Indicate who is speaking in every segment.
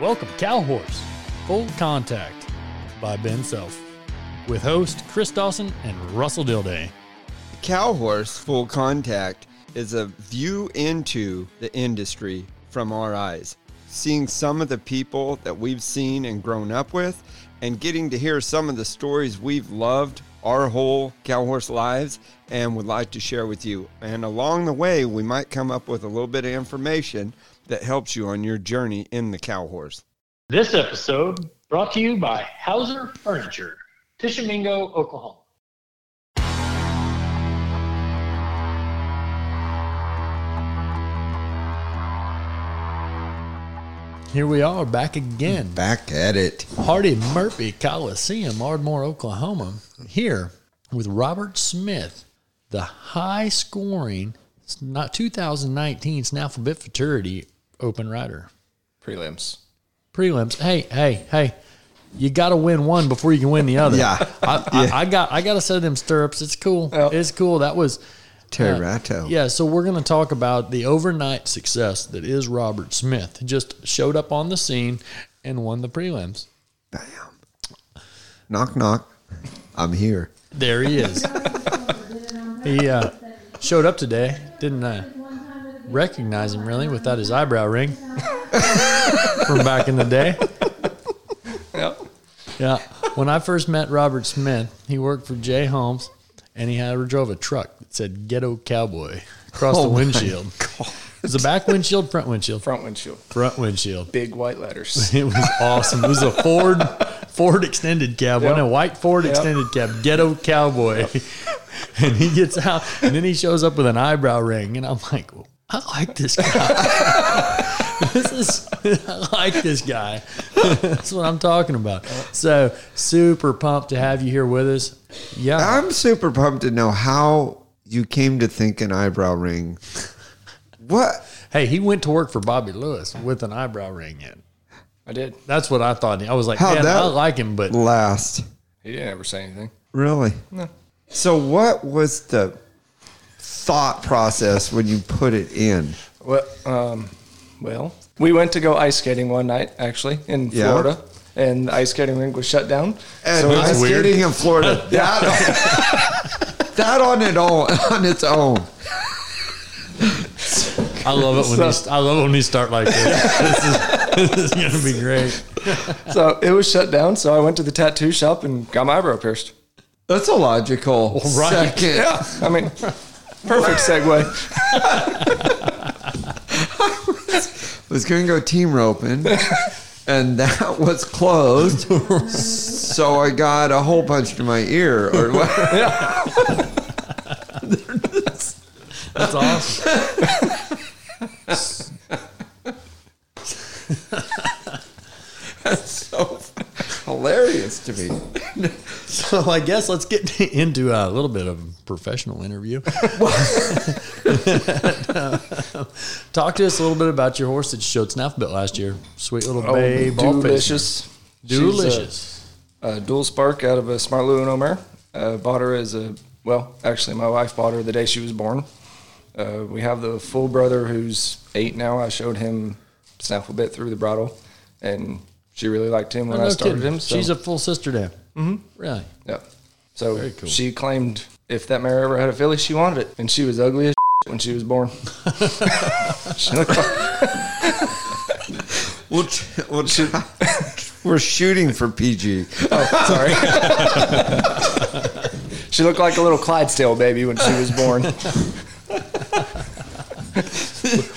Speaker 1: Welcome, Cow Horse Full Contact by Ben Self, with host Chris Dawson and Russell Dilday.
Speaker 2: Cow Horse Full Contact is a view into the industry from our eyes, seeing some of the people that we've seen and grown up with, and getting to hear some of the stories we've loved our whole cow horse lives and would like to share with you. And along the way, we might come up with a little bit of information that helps you on your journey in the cow horse.
Speaker 3: This episode brought to you by Hauser Furniture, Tishomingo, Oklahoma.
Speaker 1: Here we are back again.
Speaker 2: Back at it.
Speaker 1: Hardy Murphy Coliseum, Ardmore, Oklahoma, here with Robert Smith, the high scoring it's not 2019 Snaffle Bit Fraternity Open Rider.
Speaker 4: prelims.
Speaker 1: Prelims. Hey, hey, hey. You got to win one before you can win the other.
Speaker 2: Yeah.
Speaker 1: I, I, I got I got to set them stirrups. It's cool. It's cool. That was
Speaker 2: Terrato.
Speaker 1: yeah, so we're going to talk about the overnight success that is Robert Smith. Just showed up on the scene and won the prelims.
Speaker 2: Bam. Knock, knock. I'm here.
Speaker 1: There he is. he uh, showed up today. Didn't uh, recognize him really without his eyebrow ring from back in the day.
Speaker 4: Yep.
Speaker 1: Yeah. When I first met Robert Smith, he worked for Jay Holmes and he had drove a truck that said ghetto cowboy across the windshield. It was a back windshield, front windshield,
Speaker 4: Oh Front windshield.
Speaker 1: front windshield.
Speaker 4: Big white letters.
Speaker 1: It was awesome. It was a Ford Ford extended cab, one a white Ford extended cab, ghetto cowboy. And he gets out, and then he shows up with an eyebrow ring, and I'm like, well, I like this guy. this is I like this guy. That's what I'm talking about. So super pumped to have you here with us. Yeah,
Speaker 2: I'm super pumped to know how you came to think an eyebrow ring. What?
Speaker 1: hey, he went to work for Bobby Lewis with an eyebrow ring in.
Speaker 4: I did.
Speaker 1: That's what I thought. I was like,
Speaker 2: How'd
Speaker 1: man,
Speaker 2: that-
Speaker 1: I like him, but
Speaker 2: Last.
Speaker 4: He didn't ever say anything.
Speaker 2: Really?
Speaker 4: No.
Speaker 2: So, what was the thought process when you put it in?
Speaker 4: Well, um, well, we went to go ice skating one night actually in
Speaker 2: Yeah.
Speaker 4: Florida, and the ice skating rink was shut down.
Speaker 2: And
Speaker 4: so
Speaker 2: ice skating in Florida. That on, that on it all on its own.
Speaker 1: I love it when
Speaker 4: So-
Speaker 1: these, I love it when these start like this. this, is, this is gonna be great.
Speaker 4: so it was shut down. So I went to the tattoo shop and got my eyebrow pierced.
Speaker 2: That's a logical
Speaker 1: right.
Speaker 2: second.
Speaker 4: Yeah, I mean, perfect segue.
Speaker 2: was going to go team roping, and that was closed. so I got a hole punched in my ear, or what?
Speaker 1: That's awesome.
Speaker 2: so hilarious to me.
Speaker 1: So I guess let's get into a little bit of a professional interview. Talk to us a little bit about your horse that you showed Snaffbit last year. Sweet little babe. Oh, ball face.
Speaker 4: delicious. uh,
Speaker 1: Delicious.
Speaker 4: a dual spark out of a smart Lou and Omer. Uh, bought her as a well, actually, my wife bought her the day she was born. Uh, we have the full brother who's eight now. I showed him snaffle bit through the bridle, and she really liked him when
Speaker 1: No
Speaker 4: I started
Speaker 1: kidding.
Speaker 4: him. So,
Speaker 1: She's a full sister to him. Mm-hmm. Really?
Speaker 4: yeah. So
Speaker 1: Very cool.
Speaker 4: she claimed if that mare ever had a filly, she wanted it, and she was ugly as when she was born. she looked like,
Speaker 2: We'll, t- we'll t- we're shooting for PG.
Speaker 4: oh, sorry. she looked like a little Clydesdale baby when she was born.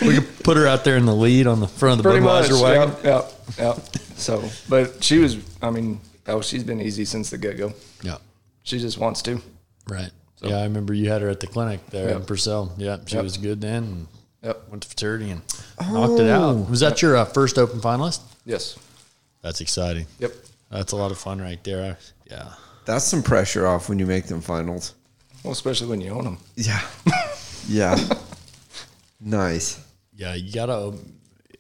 Speaker 1: We could put her out there in the lead on the front of the
Speaker 4: pretty much.
Speaker 1: Budweiser wagon.
Speaker 4: Yep, yep, yep. So, but she was. I mean, oh, she's been easy since the get go.
Speaker 1: Yeah.
Speaker 4: She just wants to.
Speaker 1: Right. Yeah, I remember you had her at the clinic there in
Speaker 4: Yep.
Speaker 1: Purcell. Yeah, she
Speaker 4: Yep.
Speaker 1: was good then. and
Speaker 4: Yep.
Speaker 1: Went to fraternity and knocked it out. Was that your uh, first open finalist?
Speaker 4: Yes.
Speaker 1: That's exciting.
Speaker 4: Yep.
Speaker 1: That's a lot of fun right there. I- Yeah.
Speaker 2: That's some pressure off when you make them finals.
Speaker 4: Well, especially when you own them.
Speaker 2: Yeah. Yeah. nice.
Speaker 1: Yeah, you gotta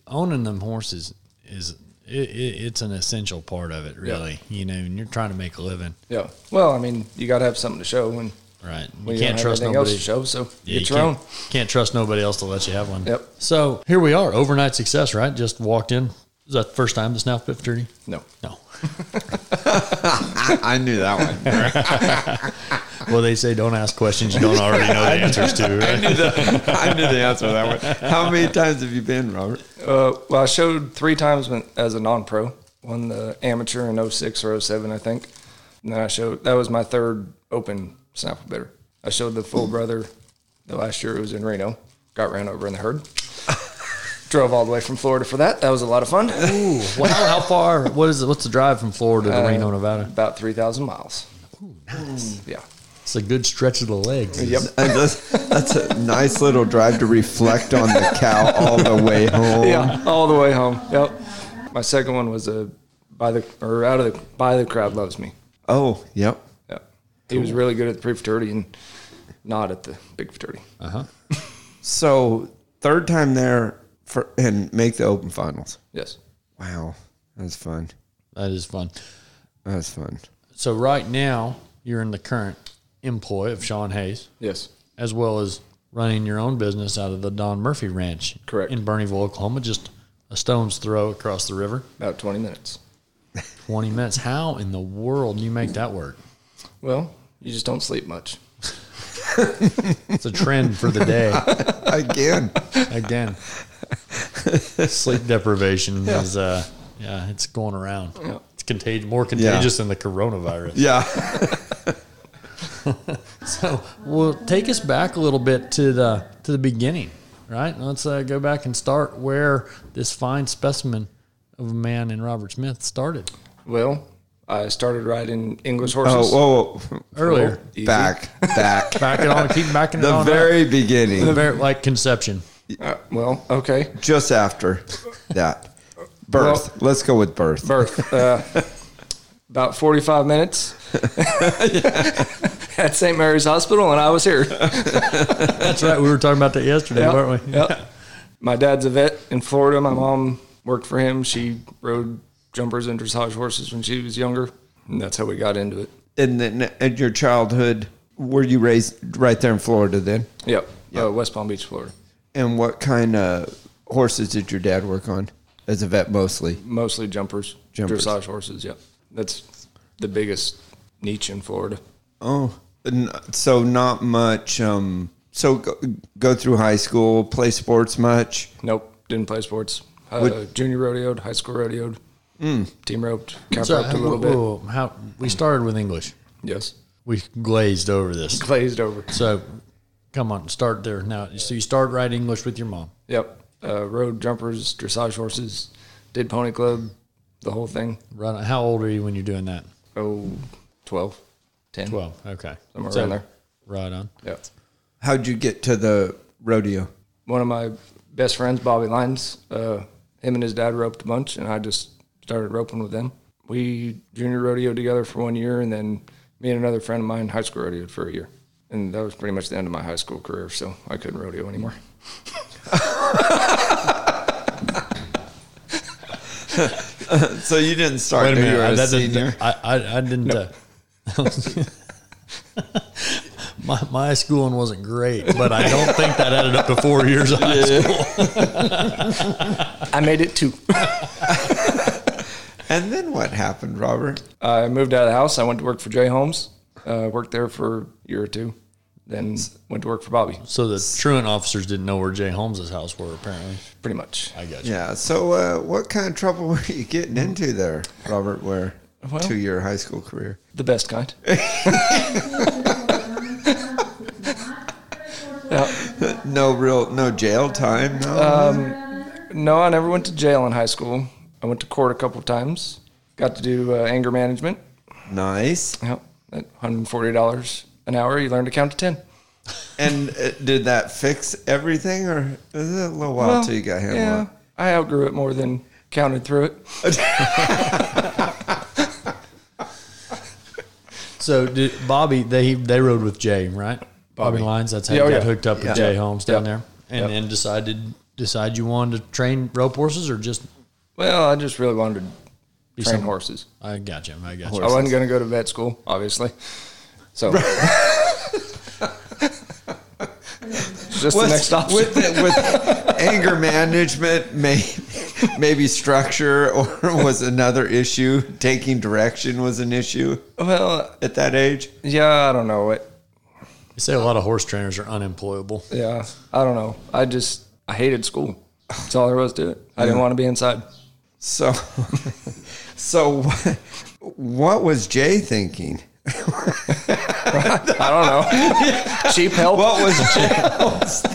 Speaker 1: owning them horses is it, it, it's an essential part of it, really. You know, and you're trying to make a living,
Speaker 4: Yeah. Well, I mean, you got to have something to show, and
Speaker 1: right?
Speaker 4: we
Speaker 1: You can't
Speaker 4: have
Speaker 1: trust
Speaker 4: anything else
Speaker 1: nobody.
Speaker 4: to show. So
Speaker 1: Yeah,
Speaker 4: get
Speaker 1: you
Speaker 4: your own.
Speaker 1: can't, Can't trust nobody else to let you have one.
Speaker 4: Yep.
Speaker 1: So here we are, overnight success, right? Just walked in, Is that the first time the Snout Pit journey?
Speaker 4: No.
Speaker 1: No.
Speaker 2: I knew that one.
Speaker 1: Well, they say don't ask questions you don't already know the answers to. Right?
Speaker 2: I knew the answer to that one. How many times have you been, Robert?
Speaker 4: Uh, well, I showed three times when, as a non-pro. Won the amateur in 06 or 07, I think. And then I showed that was my third open snapple bitter. I showed the full brother. The last year it was in Reno. Got ran over in the herd. Drove all the way from Florida for that. That was a lot of fun.
Speaker 1: Ooh, wow, how far? What is it? What's the drive from Florida
Speaker 4: Uh,
Speaker 1: to Reno, Nevada?
Speaker 4: About 3,000 miles. Yeah.
Speaker 1: It's a good stretch of the legs.
Speaker 4: Yep.
Speaker 2: And that's, that's a nice little drive to reflect on the cow all the way home.
Speaker 4: Yeah. All the way home. Yep. My second one was a by the or out of the by the crowd loves me.
Speaker 2: Oh, yep.
Speaker 4: Yeah. He was really good at the pre fraternity and not at the big fraternity.
Speaker 2: So third time there for and make the open finals.
Speaker 4: Yes.
Speaker 2: Wow, that was fun.
Speaker 1: That is fun.
Speaker 2: That was fun.
Speaker 1: So right now you're in the current employ of Sean Hayes,
Speaker 4: Yes.
Speaker 1: as well as running your own business out of the Don Murphy Ranch,
Speaker 4: Correct.
Speaker 1: in Bernieville, Oklahoma, just a stone's throw across the river.
Speaker 4: About 20 minutes.
Speaker 1: Twenty minutes. How in the world do you make that work?
Speaker 4: Well, you just don't sleep much.
Speaker 1: It's a trend for the day.
Speaker 2: Again,
Speaker 1: Again, sleep deprivation is uh, yeah, it's going around. It's contag- more contagious than the coronavirus.
Speaker 2: yeah.
Speaker 1: So, well, take us back a little bit to the to the beginning, right? Let's uh, go back and start where this fine specimen of a man in Robert Smith started
Speaker 4: Well, I started riding English
Speaker 2: Oh,
Speaker 4: horses. Oh,
Speaker 2: whoa, whoa.
Speaker 1: earlier.
Speaker 4: Easy.
Speaker 2: back, back.
Speaker 1: Back it on, keep backing it
Speaker 2: The
Speaker 1: on. up.
Speaker 2: very
Speaker 1: The
Speaker 2: beginning,
Speaker 1: very like conception.
Speaker 4: Uh, well, okay.
Speaker 2: just after that. Birth. Let's go with birth.
Speaker 4: Birth. Uh, about 45 minutes at St. Mary's Hospital, and I was here.
Speaker 1: That's right. We were talking about that yesterday,
Speaker 4: Yep,
Speaker 1: weren't we?
Speaker 4: Yep. My dad's a vet in Florida. My mom worked for him. She rode jumpers and dressage horses when she was younger, and that's how we got into it.
Speaker 2: And then in your childhood, were you raised right there in Florida then?
Speaker 4: Yep. Uh, West Palm Beach, Florida.
Speaker 2: And what kind of horses did your dad work on as a vet mostly?
Speaker 4: Mostly jumpers,
Speaker 2: Jumpers.
Speaker 4: dressage horses. Yep. That's the biggest niche in Florida.
Speaker 2: Oh, n- so not much. Um, so go, go through high school, play sports much.
Speaker 4: Nope. Didn't play sports. Uh,
Speaker 2: Would-
Speaker 4: junior rodeoed, high school rodeoed, team roped, cap
Speaker 1: So,
Speaker 4: roped a little bit.
Speaker 1: Hmm. whoa, how we started with English.
Speaker 4: Yes.
Speaker 1: We glazed over this.
Speaker 4: Glazed over.
Speaker 1: So, come on, start there now. So you start right English with your mom.
Speaker 4: Yep. Uh, rode jumpers, dressage horses, did pony club, the whole thing.
Speaker 1: Right. How old are you when you're doing that?
Speaker 4: Oh, 12, 10.
Speaker 1: Twelve. Okay.
Speaker 4: Somewhere around there.
Speaker 1: Right on.
Speaker 4: Yeah.
Speaker 2: How'd you get to the rodeo?
Speaker 4: One of my best friends, Bobby Lyons, uh, him and his dad roped a bunch, and I just started roping with them. We junior rodeoed together for one year, and then me and another friend of mine high school rodeoed for a year. And that was pretty much the end of my high school career, so I couldn't rodeo anymore.
Speaker 2: So you didn't start till you were a
Speaker 1: that doesn't-
Speaker 2: senior.
Speaker 1: I, I, I didn't. Uh, my, my schooling wasn't great, but I don't think that added up to four years of high school.
Speaker 4: I made it too.
Speaker 2: And then what happened, Robert?
Speaker 4: I moved out of the house. I went to work for Jay Holmes. Uh, worked there for a year or two, then went to work for Bobby.
Speaker 1: So the truant officers didn't know where Jay Holmes' house were, apparently.
Speaker 4: Pretty much.
Speaker 1: I guess.
Speaker 2: Yeah. So uh, what kind of trouble were you getting into there, Robert? Where to your high school career?
Speaker 4: The best kind. Yeah.
Speaker 2: No real, no jail time. No.
Speaker 4: No, I never went to jail in high school. I went to court a couple times. Got to do uh, anger management.
Speaker 2: nice.
Speaker 4: Yep. At $140 an hour, you learn to count to 10.
Speaker 2: And uh, did that fix everything, or was it a little while till you got handled?
Speaker 4: yeah, I outgrew it more than counted through it.
Speaker 1: So did Bobby, they they rode with Jay, right? Bobby, Lines. That's how
Speaker 4: Yeah,
Speaker 1: you
Speaker 4: oh,
Speaker 1: got
Speaker 4: yeah.
Speaker 1: hooked up
Speaker 2: Yeah.
Speaker 1: with Jay Holmes down
Speaker 4: Yeah.
Speaker 1: there, and then decided decide you wanted to train rope horses or just.
Speaker 4: Well, I just really wanted to train
Speaker 1: some-
Speaker 4: horses.
Speaker 1: I got you. I got
Speaker 4: I
Speaker 1: you.
Speaker 4: wasn't going to go to vet school, obviously. So. Just the
Speaker 2: With-
Speaker 4: next option.
Speaker 2: With, the- with anger management, maybe,
Speaker 5: maybe structure or was another issue. Taking direction was an issue
Speaker 4: Well,
Speaker 5: at that age.
Speaker 4: yeah, I don't know it.
Speaker 1: They say a lot of horse trainers are unemployable.
Speaker 4: Yeah, I don't know. I just I hated school. That's all there was to it. I didn't want to be inside.
Speaker 5: So, so what, what was Jay thinking?
Speaker 4: I don't know. Cheap help.
Speaker 5: What was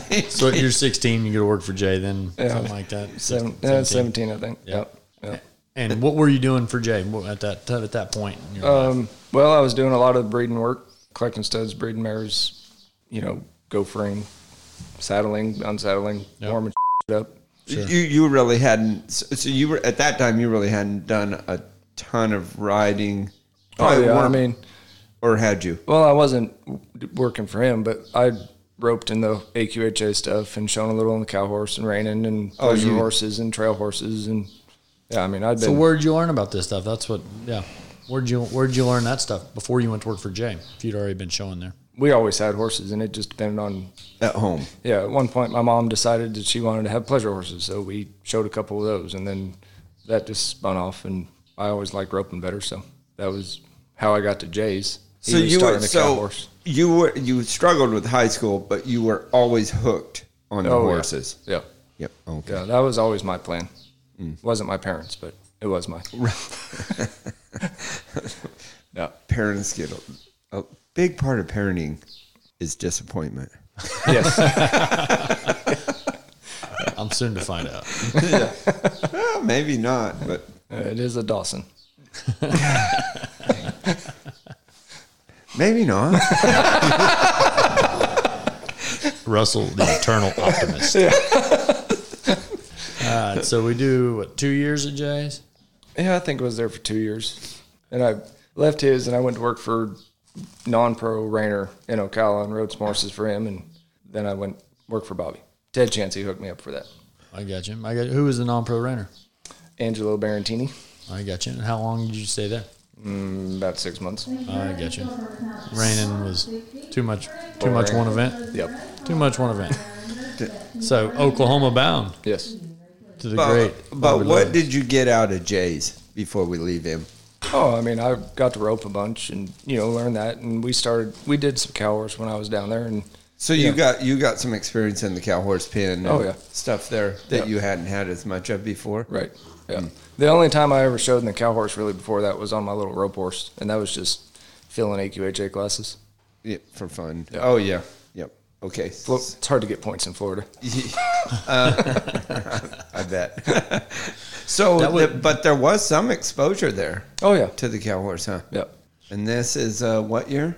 Speaker 5: Jay?
Speaker 1: So you're 16, you go to work for Jay, then something like that.
Speaker 4: Seven,
Speaker 1: Six-
Speaker 4: yeah,
Speaker 1: 17.
Speaker 4: 17, I think. Yep. Yep.
Speaker 1: And what were you doing for Jay at that at that point? in your life?
Speaker 4: Um, well, I was doing a lot of breeding work, collecting studs, breeding mares, you know, gophering, saddling, unsaddling,
Speaker 1: Yep.
Speaker 4: warming up.
Speaker 5: You you really hadn't. So so you were at that time. You really hadn't done a ton of riding.
Speaker 4: Oh, yeah. I
Speaker 5: weren't-
Speaker 4: mean,
Speaker 5: or had you?
Speaker 4: well, I wasn't w- working for him, but I roped in the AQHA stuff and shown a little on the cow horse and reining and
Speaker 5: Oh,
Speaker 4: pleasure
Speaker 5: you-
Speaker 4: horses and trail horses. And yeah, I mean, I'd been.
Speaker 1: so where'd you learn about this stuff? That's what. Yeah. Where'd you Where'd you learn that stuff before you went to work for Jay? If you'd already been showing there.
Speaker 4: we always had horses, and it just depended on.
Speaker 5: At home.
Speaker 4: Yeah, at one point, my mom decided that she wanted to have pleasure horses, so we showed a couple of those, and then that just spun off. And I always liked roping better, so that was how I got to Jay's. He
Speaker 5: So
Speaker 4: was
Speaker 5: you were
Speaker 4: starting a cow
Speaker 5: so
Speaker 4: horse.
Speaker 5: you were you struggled with high school, but you were always hooked on the
Speaker 4: Oh, yeah.
Speaker 5: horses. Hmm.
Speaker 4: Yeah,
Speaker 5: Yep. Okay.
Speaker 4: yeah, that was always my plan. Wasn't my parents, but it was my. yeah,
Speaker 5: Parents get a, a big part of parenting is disappointment.
Speaker 4: yes,
Speaker 1: I'm soon to find out.
Speaker 5: Well, maybe not, but
Speaker 4: it is a Dawson.
Speaker 5: maybe not.
Speaker 1: Russell, the eternal optimist. All right, so we do what two years at Jay's?
Speaker 4: Yeah, I think I was there for two years. And I left his and I went to work for non pro Rainer in Ocala and rode some horses for him. And then I went work for Bobby. Ted Chansey hooked me up for that.
Speaker 1: I got you. I got who was the non-pro runner?
Speaker 4: Angelo Barantini,
Speaker 1: I got you. And how long did you stay there?
Speaker 4: about six months.
Speaker 1: I got you. Raining was too much. Too much one event.
Speaker 4: Yep.
Speaker 1: Too much one event. So Oklahoma bound
Speaker 4: Yes.
Speaker 1: to the
Speaker 5: But,
Speaker 1: great.
Speaker 5: but
Speaker 1: Bobby
Speaker 5: what
Speaker 1: Love.
Speaker 5: did you get out of Jay's before we leave him?
Speaker 4: Oh, I mean, I got to rope a bunch and, you know, learn that. And we started, we did some cow horse when I was down there. And
Speaker 5: So you
Speaker 4: Yeah.
Speaker 5: got you got some experience in the cow horse pen. and
Speaker 4: Oh, yeah.
Speaker 5: stuff there that
Speaker 4: Yeah.
Speaker 5: you hadn't had as much of before.
Speaker 4: Right. Yeah. The only time I ever showed in the cow horse really before that was on my little rope horse. And that was just filling AQHA classes.
Speaker 5: Yeah, for fun. Oh yeah. Yep. Okay.
Speaker 4: Flo- It's hard to get points in Florida.
Speaker 5: I bet. so,
Speaker 1: That would-
Speaker 5: the- but there was some exposure there
Speaker 4: Oh, yeah.
Speaker 5: to the cow horse, huh?
Speaker 4: Yep.
Speaker 5: And this is uh, what year,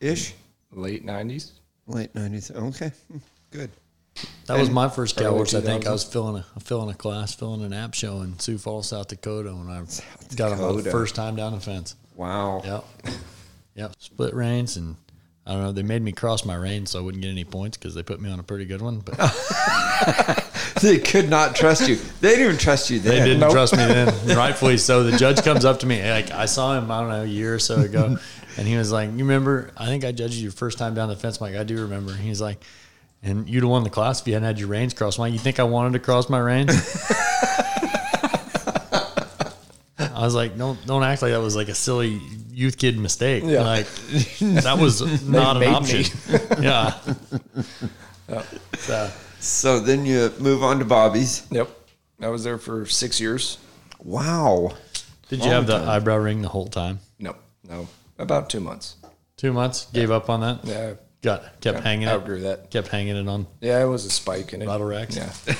Speaker 5: ish?
Speaker 4: late nineties.
Speaker 5: Late nineties. Okay, Hmm, good.
Speaker 1: That was my first cow
Speaker 4: early
Speaker 1: horse. I think I
Speaker 4: 2000s.
Speaker 1: was filling a filling a class, filling an app show in Sioux Falls, South Dakota, when I got on
Speaker 5: Dakota.
Speaker 1: my first time down the fence.
Speaker 5: Wow.
Speaker 1: Yep. Yep. Split reins and I don't know. They made me cross my reins so I wouldn't get any points because they put me on a pretty good one. But
Speaker 5: They could not trust you. They didn't even trust you
Speaker 1: they
Speaker 5: then.
Speaker 1: didn't trust me then, rightfully so. The judge comes up to me. Like I saw him, I don't know, a year or so ago, and he was like, "You remember? I think I judged you your first time down the fence." I'm like I do remember. And he's like, "And you'd have won the class if you hadn't had your reins crossed." I'm like, "You think I wanted to cross my reins?" I was like, "Don't don't act like that was like a silly youth kid mistake.
Speaker 4: Yeah.
Speaker 1: Like that was not an
Speaker 4: made me.
Speaker 1: option." yeah. So
Speaker 5: So then you move on to Bobby's.
Speaker 4: Yep. I was there for six years.
Speaker 5: Wow.
Speaker 1: did you have the eyebrow ring the whole time?
Speaker 4: No, no, about two months.
Speaker 1: Two months. Gave up on that.
Speaker 4: Yeah,
Speaker 1: Got kept
Speaker 4: I
Speaker 1: hanging it.
Speaker 4: outgrew that.
Speaker 1: Kept hanging it on.
Speaker 4: Yeah, it was a spike in it.
Speaker 1: Bottle racks?
Speaker 4: Yeah,
Speaker 5: So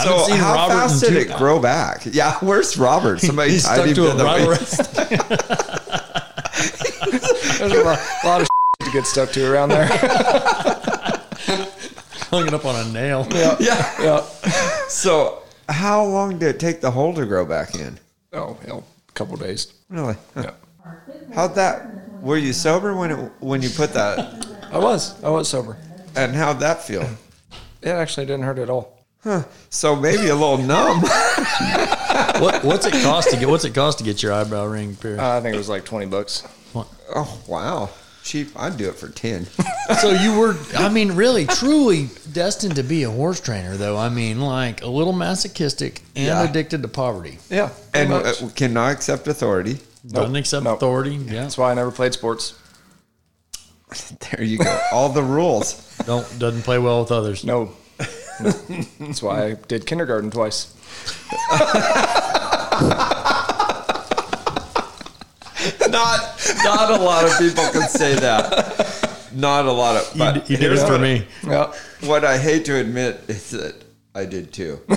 Speaker 1: haven't seen
Speaker 5: how
Speaker 1: Robert
Speaker 5: fast
Speaker 1: in
Speaker 5: did
Speaker 1: two-
Speaker 5: it grow back? Yeah, where's Robert? Somebody
Speaker 1: He's
Speaker 5: tied
Speaker 1: stuck
Speaker 5: him
Speaker 1: to
Speaker 5: to,
Speaker 1: a
Speaker 5: the
Speaker 1: bottle
Speaker 5: rail.
Speaker 1: rack.
Speaker 4: there's a lot, lot of to get stuck to around there.
Speaker 1: hung it up on a nail.
Speaker 5: Yeah.
Speaker 4: yeah.
Speaker 5: So how long did it take the hole to grow back in?
Speaker 4: Oh hell, a couple days.
Speaker 5: Really?
Speaker 4: Yeah,
Speaker 5: How'd that? Were you sober when it when you put that?
Speaker 4: I was, I was sober.
Speaker 5: And how'd that feel?
Speaker 4: It actually didn't hurt at all.
Speaker 5: So maybe a little numb.
Speaker 1: What, what's it cost to get? What's it cost to get your eyebrow ring pierced?
Speaker 4: Uh, I think it was like twenty bucks.
Speaker 5: Oh wow. Chief, I'd do it for 10.
Speaker 1: So you were, I mean, really, truly destined to be a horse trainer, though. I mean, like a little masochistic and
Speaker 5: Yeah.
Speaker 1: addicted to poverty.
Speaker 4: Yeah,
Speaker 5: and
Speaker 4: and
Speaker 5: uh, cannot accept authority.
Speaker 1: Doesn't accept
Speaker 4: Nope.
Speaker 1: authority. Yeah.
Speaker 4: that's why I never played sports.
Speaker 5: There you go. All the rules.
Speaker 1: Don't doesn't play well with others.
Speaker 4: No, No. that's why I did kindergarten twice.
Speaker 5: not not a lot of people can say that. Not a lot of.
Speaker 1: You,
Speaker 5: But
Speaker 1: d- you did it
Speaker 5: here's
Speaker 1: for
Speaker 5: what-
Speaker 1: me.
Speaker 4: Yeah,
Speaker 5: What I hate to admit is that I did too.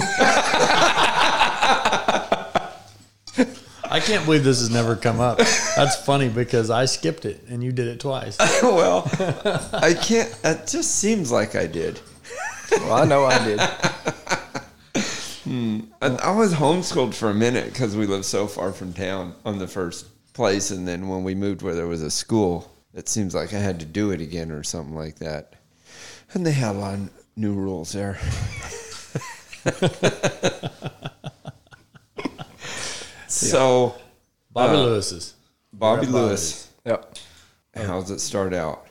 Speaker 1: I can't believe this has never come up. That's funny because I skipped it and you did it twice.
Speaker 5: well, I can't. It just seems like I did.
Speaker 4: well, I know I did.
Speaker 5: And I was homeschooled for a minute because we lived so far from town on the first place, and then when we moved where there was a school, it seems like I had to do it again or something like that. And they had a lot of new rules there. so
Speaker 1: Bobby Lewis's.
Speaker 5: Bobby
Speaker 1: Brett
Speaker 5: Lewis,
Speaker 4: Yep,
Speaker 5: how's it start out?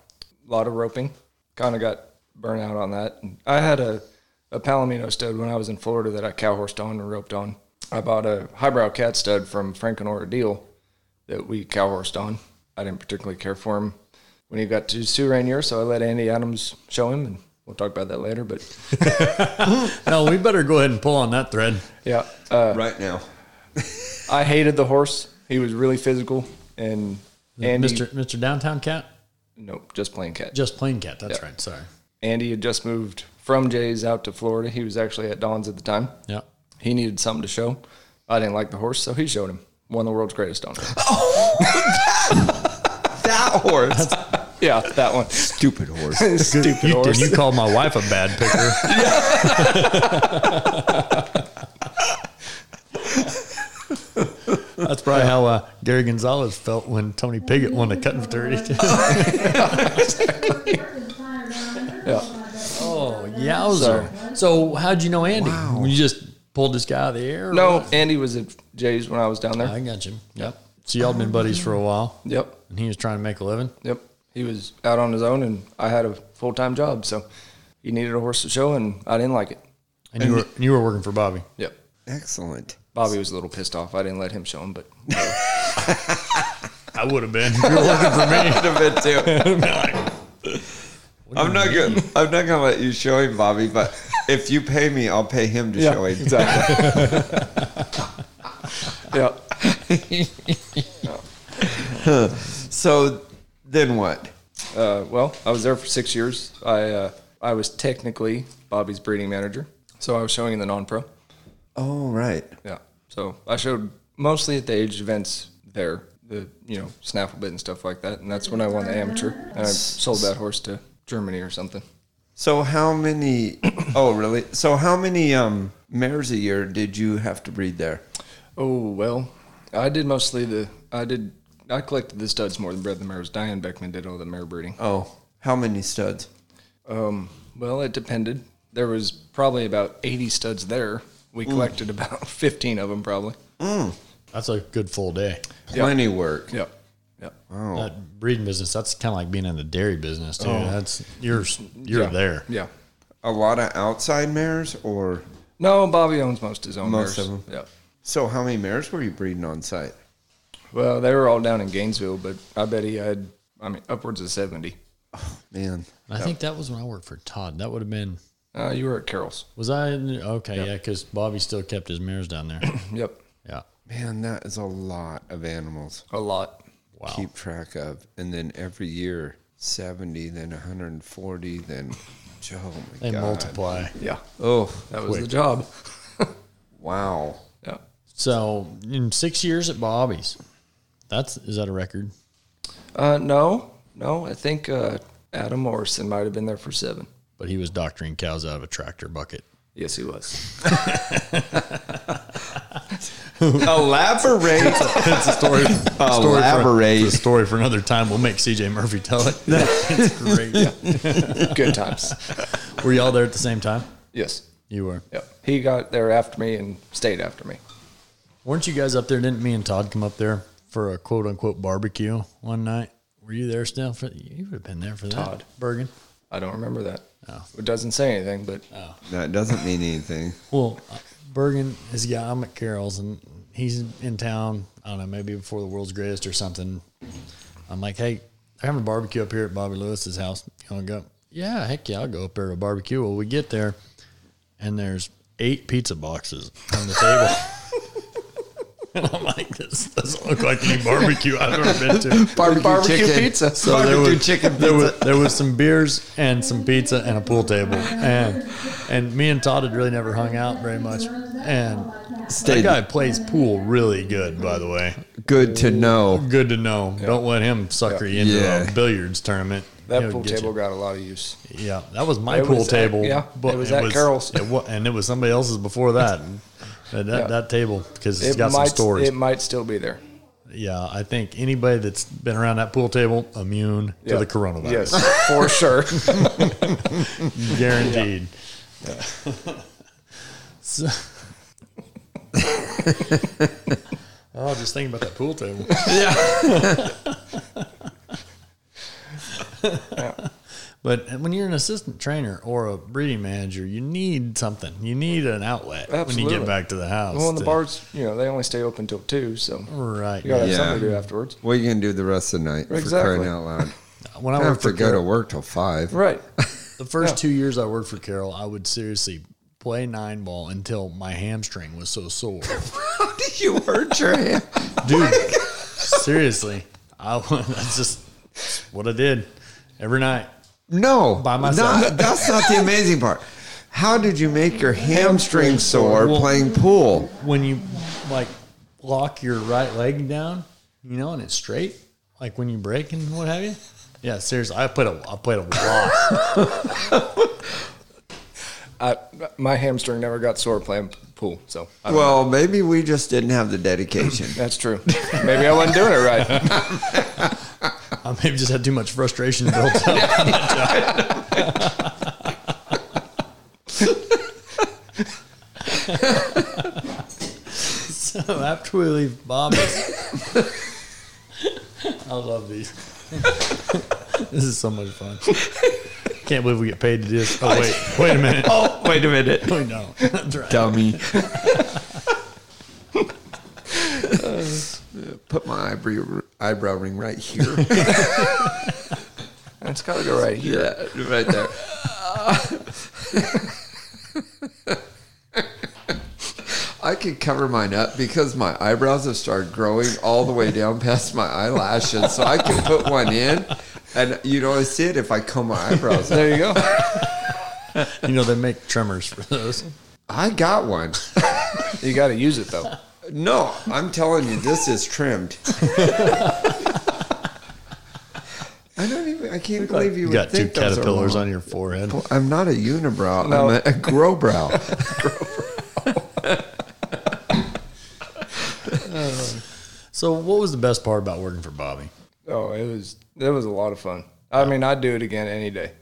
Speaker 4: a lot of roping. Kind of got burnt out on that. I had a, a Palomino stud when I was in Florida that I cow horsed on and roped on. I bought a highbrow cat stud from Frankenora Deal that we cow horsed on. I didn't particularly care for him when he got to Sioux Rainier, so I let Andy Adams show him, and we'll talk about that later. But
Speaker 1: No, we better go ahead and pull on that thread.
Speaker 4: yeah, uh,
Speaker 5: right now,
Speaker 4: I hated the horse. He was really physical, and Andy,
Speaker 1: Mr. Mr. Downtown Cat?
Speaker 4: nope, just plain cat.
Speaker 1: Just plain cat. That's right. Sorry.
Speaker 4: Andy had just moved from Jay's out to Florida. He was actually at Don's at the time.
Speaker 1: Yeah.
Speaker 4: He needed something to show. I didn't like the horse, so he showed him. One of the world's greatest on it.
Speaker 5: that horse,
Speaker 4: yeah, that one.
Speaker 5: stupid horse.
Speaker 4: Stupid
Speaker 1: You, did,
Speaker 4: horse.
Speaker 1: you called my wife a bad picker. That's probably how uh, Gary Gonzalez felt when Tony Piggott won the cutting for 30. oh, yowzer. So, how'd you know Andy? You just pulled this guy out of the air? or
Speaker 4: No,
Speaker 1: what?
Speaker 4: Andy was at Jay's when I was down there.
Speaker 1: I got you. Yep. So, y'all been buddies for a while,
Speaker 4: Yep,
Speaker 1: and he was trying to make a living?
Speaker 4: yep. He was out on his own, and I had a full time job, so he needed a horse to show, and I didn't like it.
Speaker 1: And you were, and you were working for Bobby.
Speaker 4: Yep.
Speaker 5: Excellent.
Speaker 4: Bobby was a little pissed off. I didn't let him show him, but
Speaker 1: I would have been. If you were working for me.
Speaker 5: I'd have been too. I'm not gonna. I'm not gonna let you show him, Bobby. But if you pay me, I'll pay him to show him.
Speaker 4: exactly. yeah.
Speaker 5: So then what?
Speaker 4: Uh, well, I was there for six years. I uh, I was technically Bobby's breeding manager, so I was showing in the non-pro.
Speaker 5: Oh right.
Speaker 4: Yeah. So I showed mostly at the age events there, the you know snaffle bit and stuff like that, and that's when I won the amateur. And I sold that horse to Germany or something.
Speaker 5: So how many? Oh really? So how many um mares a year did you have to breed there?
Speaker 4: Oh well, I did mostly the I did I collected the studs more than bred the mares. Diane Beckman did all the mare breeding.
Speaker 5: Oh, how many studs?
Speaker 4: Um, well, it depended. There was probably about eighty studs there. We collected about fifteen of them probably.
Speaker 1: That's a good full day.
Speaker 5: Plenty work.
Speaker 4: Yep. Yep.
Speaker 1: That breeding business, that's kind of like being in the dairy business, too. That's you're you're
Speaker 4: Yeah.
Speaker 1: there.
Speaker 4: Yeah.
Speaker 5: A lot of outside mares, or
Speaker 4: No, Bobby owns most of his own.
Speaker 5: Most
Speaker 4: mares.
Speaker 5: of 'em.
Speaker 4: Yeah.
Speaker 5: so how many mares were you breeding on site?
Speaker 4: Well, they were all down in Gainesville, but I bet he had, I mean, upwards of 70.
Speaker 5: Man,
Speaker 1: I think that was when I worked for Todd. That would have been
Speaker 4: Uh, you were at Carroll's.
Speaker 1: was I in, okay? Yeah, because Bobby still kept his mares down there.
Speaker 4: Yep.
Speaker 1: yeah,
Speaker 5: man, that is a lot of animals.
Speaker 4: A lot.
Speaker 1: wow.
Speaker 5: keep track of. And then every year, 70, then 140, then, oh my
Speaker 1: they
Speaker 5: God.
Speaker 1: multiply.
Speaker 4: Yeah.
Speaker 5: Oh,
Speaker 4: That was the job.
Speaker 5: wow.
Speaker 4: Yeah.
Speaker 1: So in six years at Bobby's, that's is that a record?
Speaker 4: Uh, no, no. I think uh, Adam Morrison might have been there for seven.
Speaker 1: But he was doctoring cows out of a tractor bucket.
Speaker 4: Yes, he was.
Speaker 5: Elaborate.
Speaker 1: It's a story.
Speaker 5: Elaborate.
Speaker 1: For, it's a story for another time. We'll make CJ Murphy tell it. it's great.
Speaker 4: Good times.
Speaker 1: Were y'all there at the same time?
Speaker 4: yes.
Speaker 1: You were.
Speaker 4: Yep. He got there after me and stayed after me.
Speaker 1: Weren't you guys up there? Didn't me and Todd come up there for a quote unquote barbecue one night? Were you there still? For you would have been there for that.
Speaker 4: Todd.
Speaker 1: Bergen.
Speaker 4: I don't remember that.
Speaker 1: Oh.
Speaker 4: It doesn't say anything, but
Speaker 2: That doesn't mean anything.
Speaker 1: Well, uh, Bergen is yeah. I'm at Carroll's and he's in town. I don't know, maybe before the world's greatest or something. I'm like, hey, they're having a barbecue up here at Bobby Lewis's house. You want to go? Yeah, heck yeah, I'll go up there to a barbecue. Well, we get there, and there's eight pizza boxes on the table. and I'm like, this doesn't look like any barbecue I've ever been to.
Speaker 2: Barbecue, chicken.
Speaker 4: pizza.
Speaker 1: So there
Speaker 2: Barbecue
Speaker 1: was,
Speaker 2: chicken
Speaker 1: There was, there was some beers and some pizza and a pool table, and and me and Todd had really never hung out very much. And that
Speaker 2: Stayed.
Speaker 1: guy plays pool really good, by the way.
Speaker 2: Good to know.
Speaker 1: Good to know. Don't let him sucker you into
Speaker 2: Yeah.
Speaker 1: a billiards tournament.
Speaker 4: that
Speaker 1: He'll
Speaker 4: pool
Speaker 1: get you.
Speaker 4: table got a lot of use.
Speaker 1: Yeah, that was my
Speaker 4: It
Speaker 1: pool
Speaker 4: was at-
Speaker 1: table.
Speaker 4: yeah, it was at Carol's.
Speaker 1: It wa- and it was somebody else's before that. And that,
Speaker 4: Yeah.
Speaker 1: that table because it's
Speaker 4: It
Speaker 1: got some
Speaker 4: might
Speaker 1: stories.
Speaker 4: it might still be there.
Speaker 1: yeah, I think anybody that's been around that pool table immune to
Speaker 4: Yeah.
Speaker 1: the coronavirus.
Speaker 4: Yes, for sure.
Speaker 1: guaranteed. so, oh, just thinking about that pool table. But when you're an assistant trainer or a breeding manager, you need something. You need an outlet when you
Speaker 4: Absolutely.
Speaker 1: get back to the house.
Speaker 4: well, and the
Speaker 1: to-
Speaker 4: bars, you know, they only stay open till two, so
Speaker 1: Right.
Speaker 4: you gotta
Speaker 2: Yeah.
Speaker 4: have something to do afterwards.
Speaker 2: What are you gonna do the rest of the night? For
Speaker 4: Exactly.
Speaker 2: crying out loud.
Speaker 1: When
Speaker 2: I
Speaker 1: I
Speaker 2: have
Speaker 1: worked
Speaker 2: to
Speaker 1: for
Speaker 2: go to
Speaker 1: Carol,
Speaker 2: work till five.
Speaker 4: Right.
Speaker 1: the first two years I worked for Carol, I would seriously play nine ball until my hamstring was so sore.
Speaker 2: How did you hurt your hand?
Speaker 1: dude. seriously, I that's just what I did every night.
Speaker 2: No,
Speaker 1: By myself.
Speaker 2: Not, that's not the amazing part. How did you make your hamstring sore
Speaker 1: Well-
Speaker 2: playing pool?
Speaker 1: When you like lock your right leg down, you know, and it's straight, like when you break and what have you. Yeah, seriously, I played a I played a lot.
Speaker 4: I, my hamstring never got sore playing pool, so I,
Speaker 2: Well, maybe we just didn't have the dedication.
Speaker 4: that's true. Maybe I wasn't doing it right.
Speaker 1: I maybe just had too much frustration built up. on that job. so after we leave Bobby's, I love these. this is so much fun. Can't believe we get paid to do this. Oh wait, wait a minute.
Speaker 2: Oh, wait a minute,
Speaker 1: We know. That's right.
Speaker 2: dummy. Put my eyebrow eyebrow ring right here.
Speaker 4: It's gotta go right here.
Speaker 2: yeah, right there. I could cover mine up because my eyebrows have started growing all the way down past my eyelashes, so I can put one in, and you'd always see it if I comb my eyebrows. up.
Speaker 4: There you go.
Speaker 1: You know they make trimmers for those.
Speaker 2: I got one.
Speaker 4: You gotta use it though.
Speaker 2: No, I'm telling you, this is trimmed. I don't even. I can't believe you,
Speaker 1: You
Speaker 2: would
Speaker 1: got two
Speaker 2: think those are
Speaker 1: caterpillars
Speaker 2: long.
Speaker 1: on your forehead.
Speaker 2: I'm not a unibrow.
Speaker 4: No.
Speaker 2: I'm a, a grow brow.
Speaker 1: So what was the best part about working for Bobby?
Speaker 4: Oh, it was it was a lot of fun. I mean, I'd do it again any day.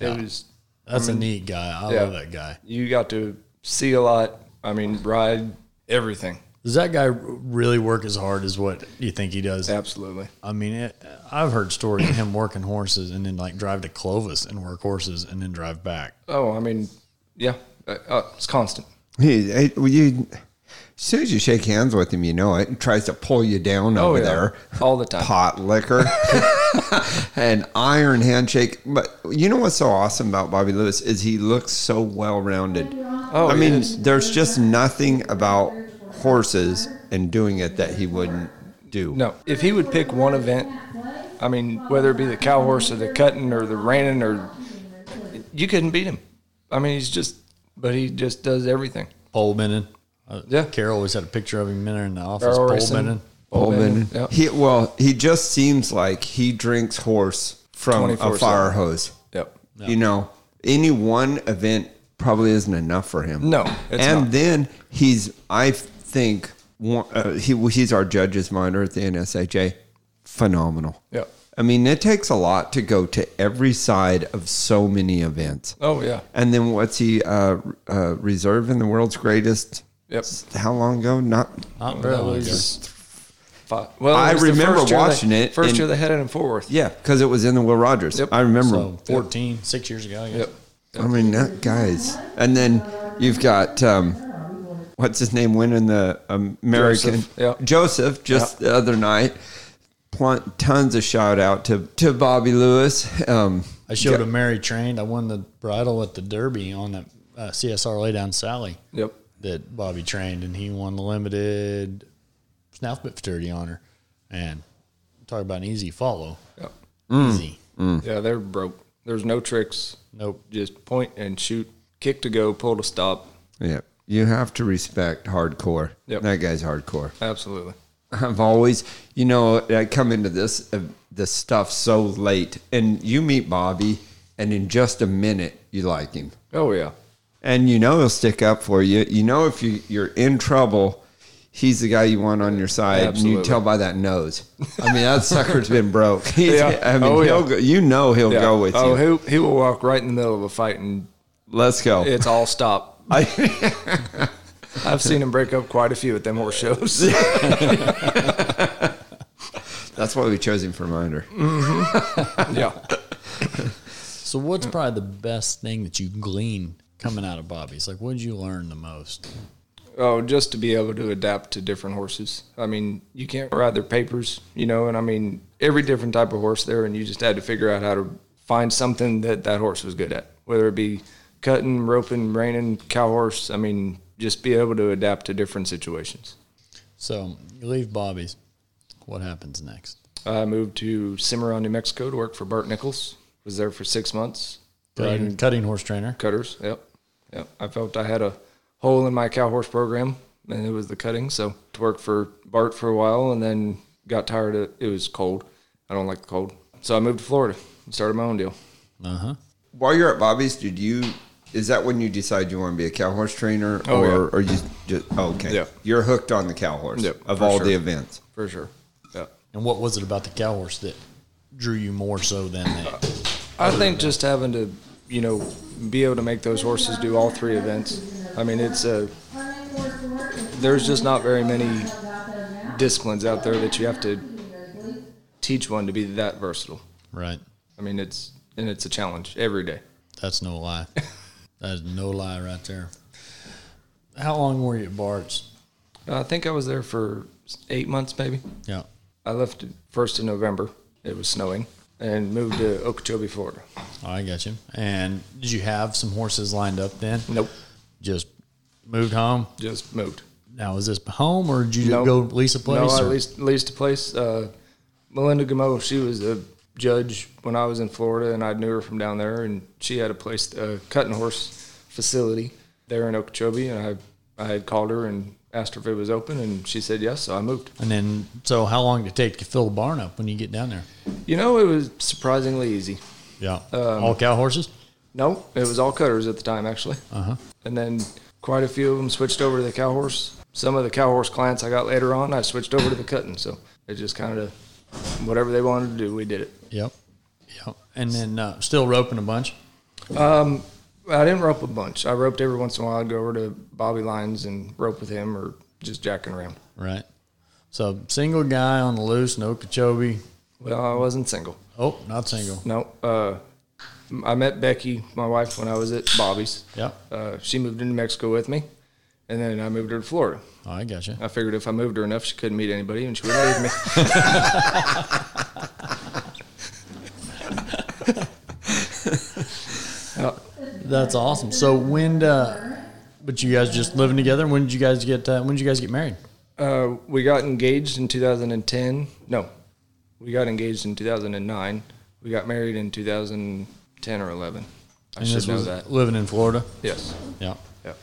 Speaker 4: It was
Speaker 1: That's a neat guy. I
Speaker 4: yeah.
Speaker 1: love that guy.
Speaker 4: you got to see a lot. I mean, ride everything.
Speaker 1: Does that guy really work as hard as what you think he does?
Speaker 4: Absolutely.
Speaker 1: I mean, it, I've heard stories of him working horses and then like drive to Clovis and work horses and then drive back.
Speaker 4: Oh, I mean, yeah, uh, uh, it's constant.
Speaker 2: He, I- well, you, as soon as you shake hands with him, you know it. He tries to pull you down
Speaker 4: Oh,
Speaker 2: over
Speaker 4: yeah.
Speaker 2: there.
Speaker 4: all the time.
Speaker 2: Pot liquor, an iron handshake. But you know what's so awesome about Bobby Lewis is he looks so well rounded.
Speaker 4: Oh,
Speaker 2: I
Speaker 4: he
Speaker 2: mean,
Speaker 4: is.
Speaker 2: there's just nothing about horses and doing it that he wouldn't do.
Speaker 4: No, if he would pick one event, I mean, whether it be the cow horse or the cutting or the reining or you couldn't beat him. I mean, he's just, but he just does everything.
Speaker 1: Pole bending. Uh,
Speaker 4: Yeah.
Speaker 1: Carol always had a picture of him in there in the office.
Speaker 4: Barrel
Speaker 1: Pole
Speaker 4: racing.
Speaker 1: bending.
Speaker 2: Bowman.
Speaker 4: Yep.
Speaker 2: He well, he just seems like he drinks horse from a
Speaker 4: 24/7.
Speaker 2: fire hose.
Speaker 4: Yep.
Speaker 2: You know, any one event probably isn't enough for him.
Speaker 4: No, it's
Speaker 2: and
Speaker 4: not.
Speaker 2: then he's, I think, one, uh, he he's our judges monitor at the NSHA. Phenomenal.
Speaker 4: Yep.
Speaker 2: I mean, it takes a lot to go to every side of so many events.
Speaker 4: Oh, yeah.
Speaker 2: And then what's he uh, uh, reserve in the world's greatest?
Speaker 4: Yep.
Speaker 2: How long ago? Not
Speaker 1: Not very long ago.
Speaker 4: Just Five. Well, it
Speaker 2: I
Speaker 4: was the
Speaker 2: remember
Speaker 4: first year they-
Speaker 2: watching it
Speaker 4: First
Speaker 2: and-
Speaker 4: year they had it in Fort Worth.
Speaker 2: Yeah, because it was in the Will Rogers.
Speaker 4: Yep.
Speaker 2: I remember.
Speaker 1: So 14, six years ago. I guess.
Speaker 4: Yep.
Speaker 2: I mean, that guys. And then you've got um, what's his name winning the um, American
Speaker 4: Joseph, yep.
Speaker 2: Joseph, just the other night. Pl- tons of shout out to to Bobby Lewis. Um,
Speaker 1: I showed a Mary trained. I won the bridle at the Derby on the uh, CSR lay down Sally
Speaker 4: Yep.
Speaker 1: that Bobby trained, and he won the limited Snaffbit Fraternity honor. And talk about an easy follow.
Speaker 4: Yep.
Speaker 1: Easy.
Speaker 2: Hmm.
Speaker 4: Yeah, they're broke. There's no tricks.
Speaker 1: Nope.
Speaker 4: Just point and shoot, kick to go, pull to stop.
Speaker 2: yeah, you have to respect hardcore.
Speaker 4: Yep.
Speaker 2: That guy's hardcore.
Speaker 4: Absolutely.
Speaker 2: I've always, you know, I come into this uh, this stuff so late, and you meet Bobby, and in just a minute you like him.
Speaker 4: Oh yeah.
Speaker 2: and you know he'll stick up for you. You know if you you're in trouble, he's the guy you want on your side, and
Speaker 4: Absolutely.
Speaker 2: you tell by that nose. I mean, that sucker's been broke. He's,
Speaker 4: Yeah.
Speaker 2: I mean,
Speaker 4: Oh,
Speaker 2: he'll
Speaker 4: yeah.
Speaker 2: go, you know he'll
Speaker 4: Yeah.
Speaker 2: go with
Speaker 4: oh,
Speaker 2: you.
Speaker 4: he he will walk right in the middle of a fight and
Speaker 2: Let's go.
Speaker 4: it's all stop.
Speaker 2: I,
Speaker 4: I've seen him break up quite a few at them horse shows.
Speaker 2: that's why we chose him for minder.
Speaker 4: yeah.
Speaker 1: So, what's probably the best thing that you glean coming out of Bobby's? Like, what did you learn the most?
Speaker 4: Oh, just to be able to adapt to different horses. I mean, you can't ride their papers, you know, and I mean, every different type of horse there, and you just had to figure out how to find something that that horse was good at, whether it be cutting, roping, reining, cow horse. I mean, just be able to adapt to different situations.
Speaker 1: So, you leave Bobby's. What happens next?
Speaker 4: I moved to Cimarron, New Mexico to work for Bart Nichols. Was there for six months.
Speaker 1: Cutting, cutting horse trainer.
Speaker 4: cutters. Yep. Yep. I felt I had a hole in my cow horse program and it was the cutting. So to work for Bart for a while and then got tired of it was cold. I don't like the cold. So I moved to Florida and started my own deal.
Speaker 1: Uh huh.
Speaker 2: While you're at Bobby's, did you? Is that when you decide you want to be a cow horse trainer,
Speaker 4: Oh,
Speaker 2: or
Speaker 4: yeah.
Speaker 2: are you just oh, okay?
Speaker 4: Yeah.
Speaker 2: You're hooked on the cow horse
Speaker 4: Yep,
Speaker 2: of
Speaker 4: for
Speaker 2: all
Speaker 4: sure.
Speaker 2: the events.
Speaker 4: For sure. Yep.
Speaker 1: And what was it about the cow horse that drew you more so than that?
Speaker 4: I think just having to, you know, be able to make those horses do all three events. I mean, it's a there's just not very many disciplines out there that you have to teach one to be that versatile.
Speaker 1: Right.
Speaker 4: I mean, it's and it's a challenge every day.
Speaker 1: That's no lie. That is no lie right there. How long were you at Bart's?
Speaker 4: Uh, I think I was there for eight months, maybe.
Speaker 1: Yeah.
Speaker 4: I left first of November. It was snowing, and moved to Okeechobee, Florida.
Speaker 1: Oh, I got you. And did you have some horses lined up then?
Speaker 4: Nope,
Speaker 1: Just moved home.
Speaker 4: just moved.
Speaker 1: Now, is this home or did you
Speaker 4: Nope.
Speaker 1: go lease a place?
Speaker 4: No, I
Speaker 1: or-
Speaker 4: leased, leased a place. Uh, Melinda Gamo, she was a judge when I was in Florida, and I knew her from down there. And she had a place, a cutting horse facility there in Okeechobee, and I, I had called her and asked her if it was open, and she said yes, so I moved.
Speaker 1: And then, so how long did it take to fill the barn up when you get down there?
Speaker 4: You know, it was surprisingly easy.
Speaker 1: Yeah.
Speaker 4: Um,
Speaker 1: All cow horses?
Speaker 4: No, it was all cutters at the time, actually. And then quite a few of them switched over to the cow horse. Some of the cow horse clients I got later on, I switched over to the cutting. So it just kind of whatever they wanted to do, we did it.
Speaker 1: Yep. Yep. And then uh, still roping a bunch.
Speaker 4: I didn't rope a bunch. I roped every once in a while. I'd go over to Bobby Lines and rope with him or just jacking around.
Speaker 1: Right. So single guy on the loose in Okeechobee.
Speaker 4: Well, I wasn't single.
Speaker 1: Oh, not single.
Speaker 4: No. Uh, I met Becky, my wife, when I was at Bobby's.
Speaker 1: Yep.
Speaker 4: Uh, she moved to New Mexico with me. And then I moved her to Florida.
Speaker 1: Oh, I got you.
Speaker 4: I figured if I moved her enough, she couldn't meet anybody and she would leave me. Uh,
Speaker 1: That's awesome. So when, uh, but you guys just living together? When did you guys get? Uh, when did you guys get married?
Speaker 4: Uh, we got engaged in 2010. No, we got engaged in 2009. We got married in 2010 or 11. I
Speaker 1: And
Speaker 4: should
Speaker 1: this
Speaker 4: know
Speaker 1: was
Speaker 4: that.
Speaker 1: living in Florida.
Speaker 4: Yes.
Speaker 1: Yeah.
Speaker 4: Yep.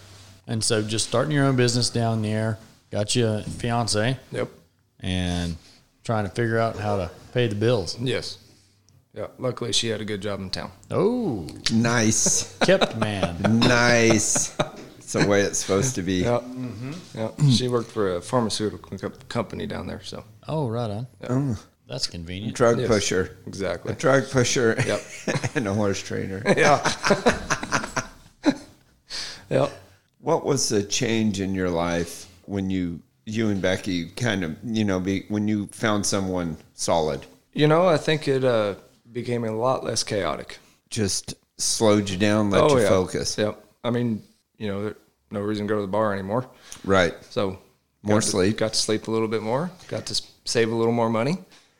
Speaker 1: And so just starting your own business down there. Got you a fiance
Speaker 4: Yep.
Speaker 1: and trying to figure out how to pay the bills.
Speaker 4: Yes. Yeah. Luckily, she had a good job in town.
Speaker 1: Oh,
Speaker 2: Nice.
Speaker 1: kept man.
Speaker 2: nice. It's the way it's supposed to be.
Speaker 4: Yep. Yep. she worked for a pharmaceutical co- company down there. So
Speaker 1: Oh, right on. That's convenient.
Speaker 2: Drug
Speaker 4: Yes.
Speaker 2: pusher. A
Speaker 4: exactly.
Speaker 2: drug pusher
Speaker 4: Yep.
Speaker 2: and a horse trainer.
Speaker 4: yeah. yep.
Speaker 2: What was the change in your life when you you and Becky kind of, you know, be, when you found someone solid?
Speaker 4: You know, I think it uh, became a lot less chaotic. Oh,
Speaker 2: Just slowed you down, let you
Speaker 4: yeah.
Speaker 2: focus.
Speaker 4: Yep. I mean, you know, there, no reason to go to the bar anymore.
Speaker 2: Right.
Speaker 4: So
Speaker 2: More
Speaker 4: got to-
Speaker 2: sleep.
Speaker 4: got to sleep a little bit more. Got to s- save a little more money.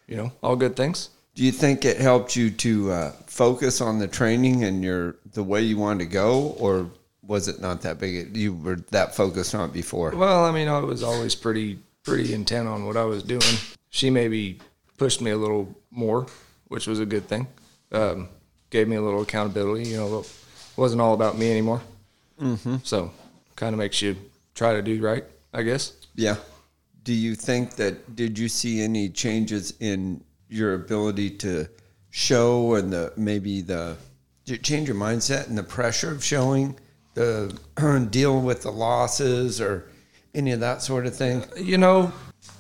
Speaker 4: You know, all good things.
Speaker 2: Do you think it helped you to uh, focus on the training and your the way you wanted to go, or was it not that big? You were that focused on it before.
Speaker 4: Well, I mean, I was always pretty pretty intent on what I was doing. She maybe pushed me a little more, which was a good thing. Um, gave me a little accountability. You know, it wasn't all about me anymore. Mm-hmm. So, kind of makes you try to do right, I guess.
Speaker 2: Yeah. Do you think that did you see any changes in your ability to show and the maybe the did it change your mindset and the pressure of showing the deal with the losses or any of that sort of thing?
Speaker 4: you know,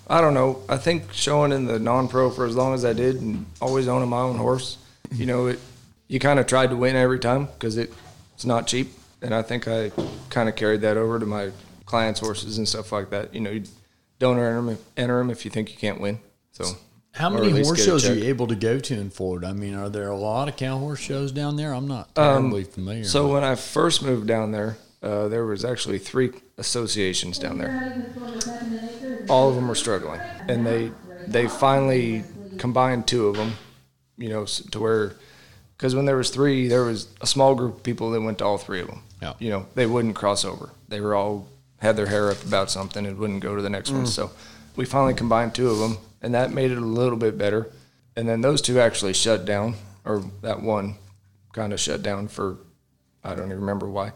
Speaker 4: I don't know. I think showing in the non-pro for as long as I did, and always owning my own horse, you know, it. You kind of tried to win every time because it, it's not cheap, and I think I kind of carried that over to my clients' horses and stuff like that. You know, you don't enter them, enter 'em if you think you can't win. So
Speaker 1: How
Speaker 4: or
Speaker 1: many
Speaker 4: at least
Speaker 1: horse
Speaker 4: get a
Speaker 1: shows are
Speaker 4: check.
Speaker 1: you able to go to in Florida? I mean, are there a lot of cow horse shows down there? I'm not terribly familiar.
Speaker 4: Um, So when I first moved down there, uh, there was actually three associations down there. All of them were struggling, and they they finally combined two of them, you know, s- to where because when there was three, there was a small group of people that went to all three of them.
Speaker 1: Yeah.
Speaker 4: You know, they wouldn't cross over. They were all had their hair up about something and wouldn't go to the next one. So we finally combined two of them, and that made it a little bit better. And then those two actually shut down, or that one kind of shut down for I don't even remember why.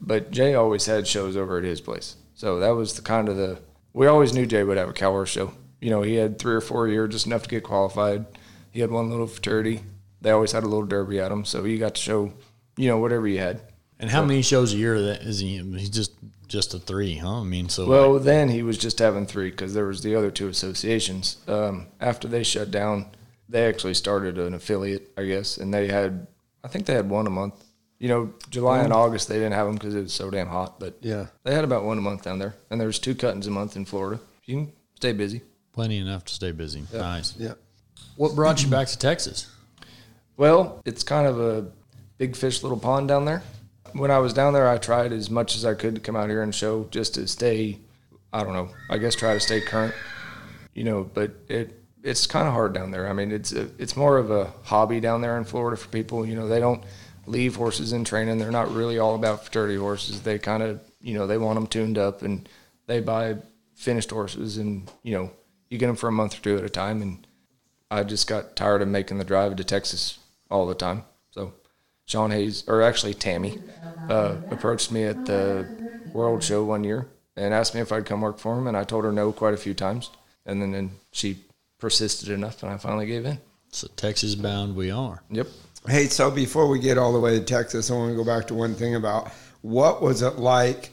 Speaker 4: But Jay always had shows over at his place, so that was the kind of the we always knew Jay would have a cow horse show. You know, he had three or four a year, just enough to get qualified. He had one little fraternity. They always had a little derby at him, so he got to show, you know, whatever he had.
Speaker 1: and how many shows a year that is he? He's just just a three, huh? I mean, so
Speaker 4: Well, then he was just having three because there was the other two associations. Um, after they shut down, they actually started an affiliate, I guess, and they had, I think they had one a month. You know, July and August they didn't have them because it was so damn hot. But
Speaker 2: Yeah.
Speaker 4: they had about one a month down there, and there was two cuttings a month in Florida. You can stay busy.
Speaker 1: plenty enough to stay busy. Nice.
Speaker 2: Yeah.
Speaker 1: What brought you back to Texas?
Speaker 4: Well, it's kind of a big fish, little pond down there. When I was down there, I tried as much as I could to come out here and show just to stay, I don't know, I guess try to stay current, you know, but it, it's kind of hard down there. I mean, it's a, it's more of a hobby down there in Florida for people. You know, they don't leave horses in training. They're not really all about fraternity horses. They kind of, you know, they want them tuned up and they buy finished horses and, you know, you get them for a month or two at a time and I just got tired of making the drive to Texas all the time. So Sean Hayes, or actually Tammy, uh, approached me at the World Show one year and asked me if I'd come work for him, and I told her no quite a few times, and then, then she persisted enough, and I finally gave in.
Speaker 1: So Texas bound we are.
Speaker 4: Yep.
Speaker 2: Hey, so before we get all the way to Texas, I want to go back to one thing about what was it like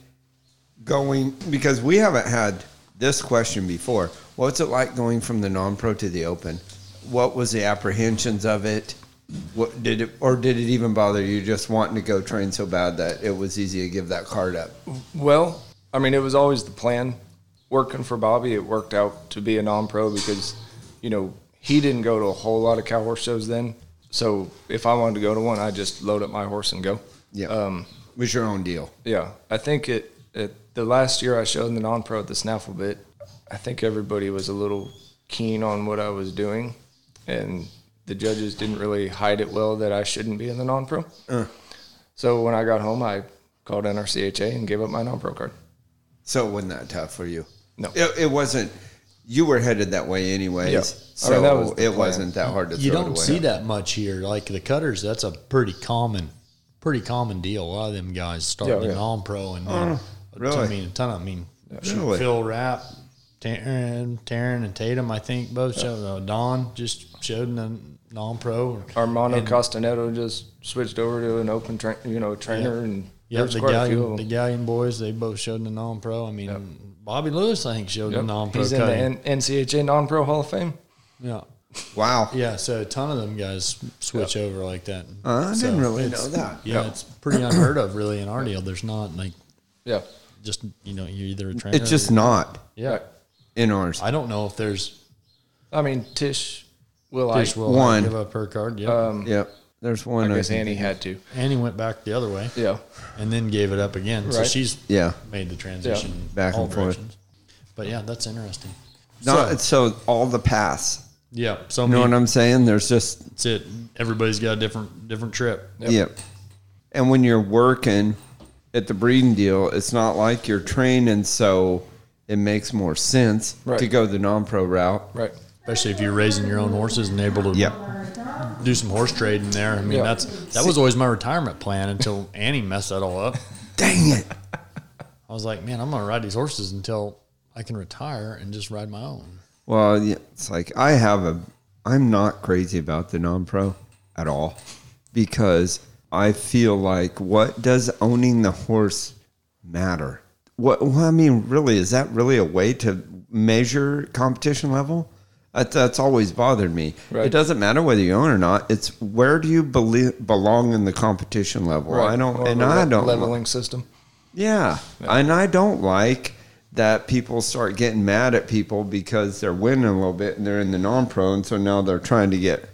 Speaker 2: going because we haven't had this question before. What's it like going from the non-pro to the open? What was the apprehensions of it? What did it or did it even bother you just wanting to go train so bad that it was easy to give that card up?
Speaker 4: Well, I mean, it was always the plan. Working for Bobby, it worked out to be a non-pro because, you know, he didn't go to a whole lot of cow horse shows then. So if I wanted to go to one, I just load up my horse and go.
Speaker 2: Yeah. Um it was your own deal.
Speaker 4: Yeah, I think it, it the last year I showed in the non-pro at the snaffle bit. I think everybody was a little keen on what I was doing, and the judges didn't really hide it well that I shouldn't be in the non-pro.
Speaker 1: Uh.
Speaker 4: So when I got home, I called NRCHA and gave up my non-pro card.
Speaker 2: So it wasn't that tough for you.
Speaker 4: No.
Speaker 2: It, it wasn't you were headed that way anyways.
Speaker 4: Yeah. I
Speaker 2: So
Speaker 4: mean, that was the
Speaker 2: it
Speaker 4: plan.
Speaker 2: wasn't that hard to
Speaker 1: You
Speaker 2: throw it
Speaker 1: don't
Speaker 2: away.
Speaker 1: see that much here. Like the cutters, that's a pretty common, pretty common deal. A lot of them guys start
Speaker 4: Yeah, Uh,
Speaker 1: the
Speaker 4: yeah.
Speaker 1: non-pro and then, I
Speaker 2: really?
Speaker 1: mean, a ton of, I mean, shoot,
Speaker 2: Really?
Speaker 1: Phil Rapp, Taryn, Taryn and Tatum, I think both showed, uh, Don just showed in the non-pro.
Speaker 4: Armando Castaneda just switched over to an open, tra- you know, trainer, and
Speaker 1: Yeah,
Speaker 4: there's
Speaker 1: the
Speaker 4: quite a few
Speaker 1: Galleon,
Speaker 4: of
Speaker 1: the
Speaker 4: them.
Speaker 1: Galleon boys, they both showed in the non-pro. I mean, Bobby Lewis, I think, showed in
Speaker 4: Yep.
Speaker 1: the non-pro.
Speaker 4: He's in the
Speaker 1: cutting.
Speaker 4: N- NCHA non-pro Hall of Fame.
Speaker 1: yeah.
Speaker 2: Wow.
Speaker 1: Yeah, so a ton of them guys switch over like that.
Speaker 2: Uh, I
Speaker 1: So
Speaker 2: didn't really
Speaker 1: it's-
Speaker 2: know that.
Speaker 1: Yeah,
Speaker 4: Yeah.
Speaker 1: it's pretty unheard of, really, in our deal. There's not like
Speaker 4: Yeah,
Speaker 1: just you know you're either a trainer.
Speaker 2: It's just
Speaker 1: or,
Speaker 2: not.
Speaker 1: yeah,
Speaker 2: in ours.
Speaker 1: I don't know if there's
Speaker 4: I mean, Tish will I.
Speaker 1: Tish will
Speaker 2: one. Um,
Speaker 1: give up her card. Yeah,
Speaker 2: Yep. There's one.
Speaker 4: Um, I
Speaker 2: I
Speaker 4: guess
Speaker 2: think.
Speaker 4: Annie had to.
Speaker 1: Annie went back the other way
Speaker 4: Yeah.
Speaker 1: and then gave it up again. So
Speaker 4: Right.
Speaker 1: she's
Speaker 2: Yeah.
Speaker 1: made the transition
Speaker 2: Back and forth.
Speaker 1: But yeah, that's interesting.
Speaker 2: Not, so, all the paths.
Speaker 1: Yeah, so
Speaker 2: You know
Speaker 1: many-
Speaker 2: what I'm saying? There's just
Speaker 1: that's it. Everybody's got a different different trip.
Speaker 2: yep. And when you're working at the breeding deal, it's not like you're training, so it makes more sense
Speaker 4: Right.
Speaker 2: to go the non-pro route.
Speaker 4: Right.
Speaker 1: Especially if you're raising your own horses and able to
Speaker 2: Yep.
Speaker 1: do some horse trading there. I mean,
Speaker 4: Yeah.
Speaker 1: that's that was always my retirement plan until Annie messed that all up.
Speaker 2: Dang it!
Speaker 1: I was like, man, I'm gonna ride these horses until I can retire and just ride my own.
Speaker 2: Well, yeah, it's like I have a. I'm not crazy about the non-pro at all because I feel like what does owning the horse matter? What well, I mean, really, is that really a way to measure competition level? That, that's always bothered me.
Speaker 4: Right.
Speaker 2: It doesn't matter whether you own or not. It's where do you believe, belong in the competition level? I don't,
Speaker 4: Or
Speaker 2: and
Speaker 4: the
Speaker 2: I
Speaker 4: le-
Speaker 2: don't.
Speaker 4: Leveling system.
Speaker 2: Yeah. And I don't like that people start getting mad at people because they're winning a little bit and they're in the non pro. And so now they're trying to get,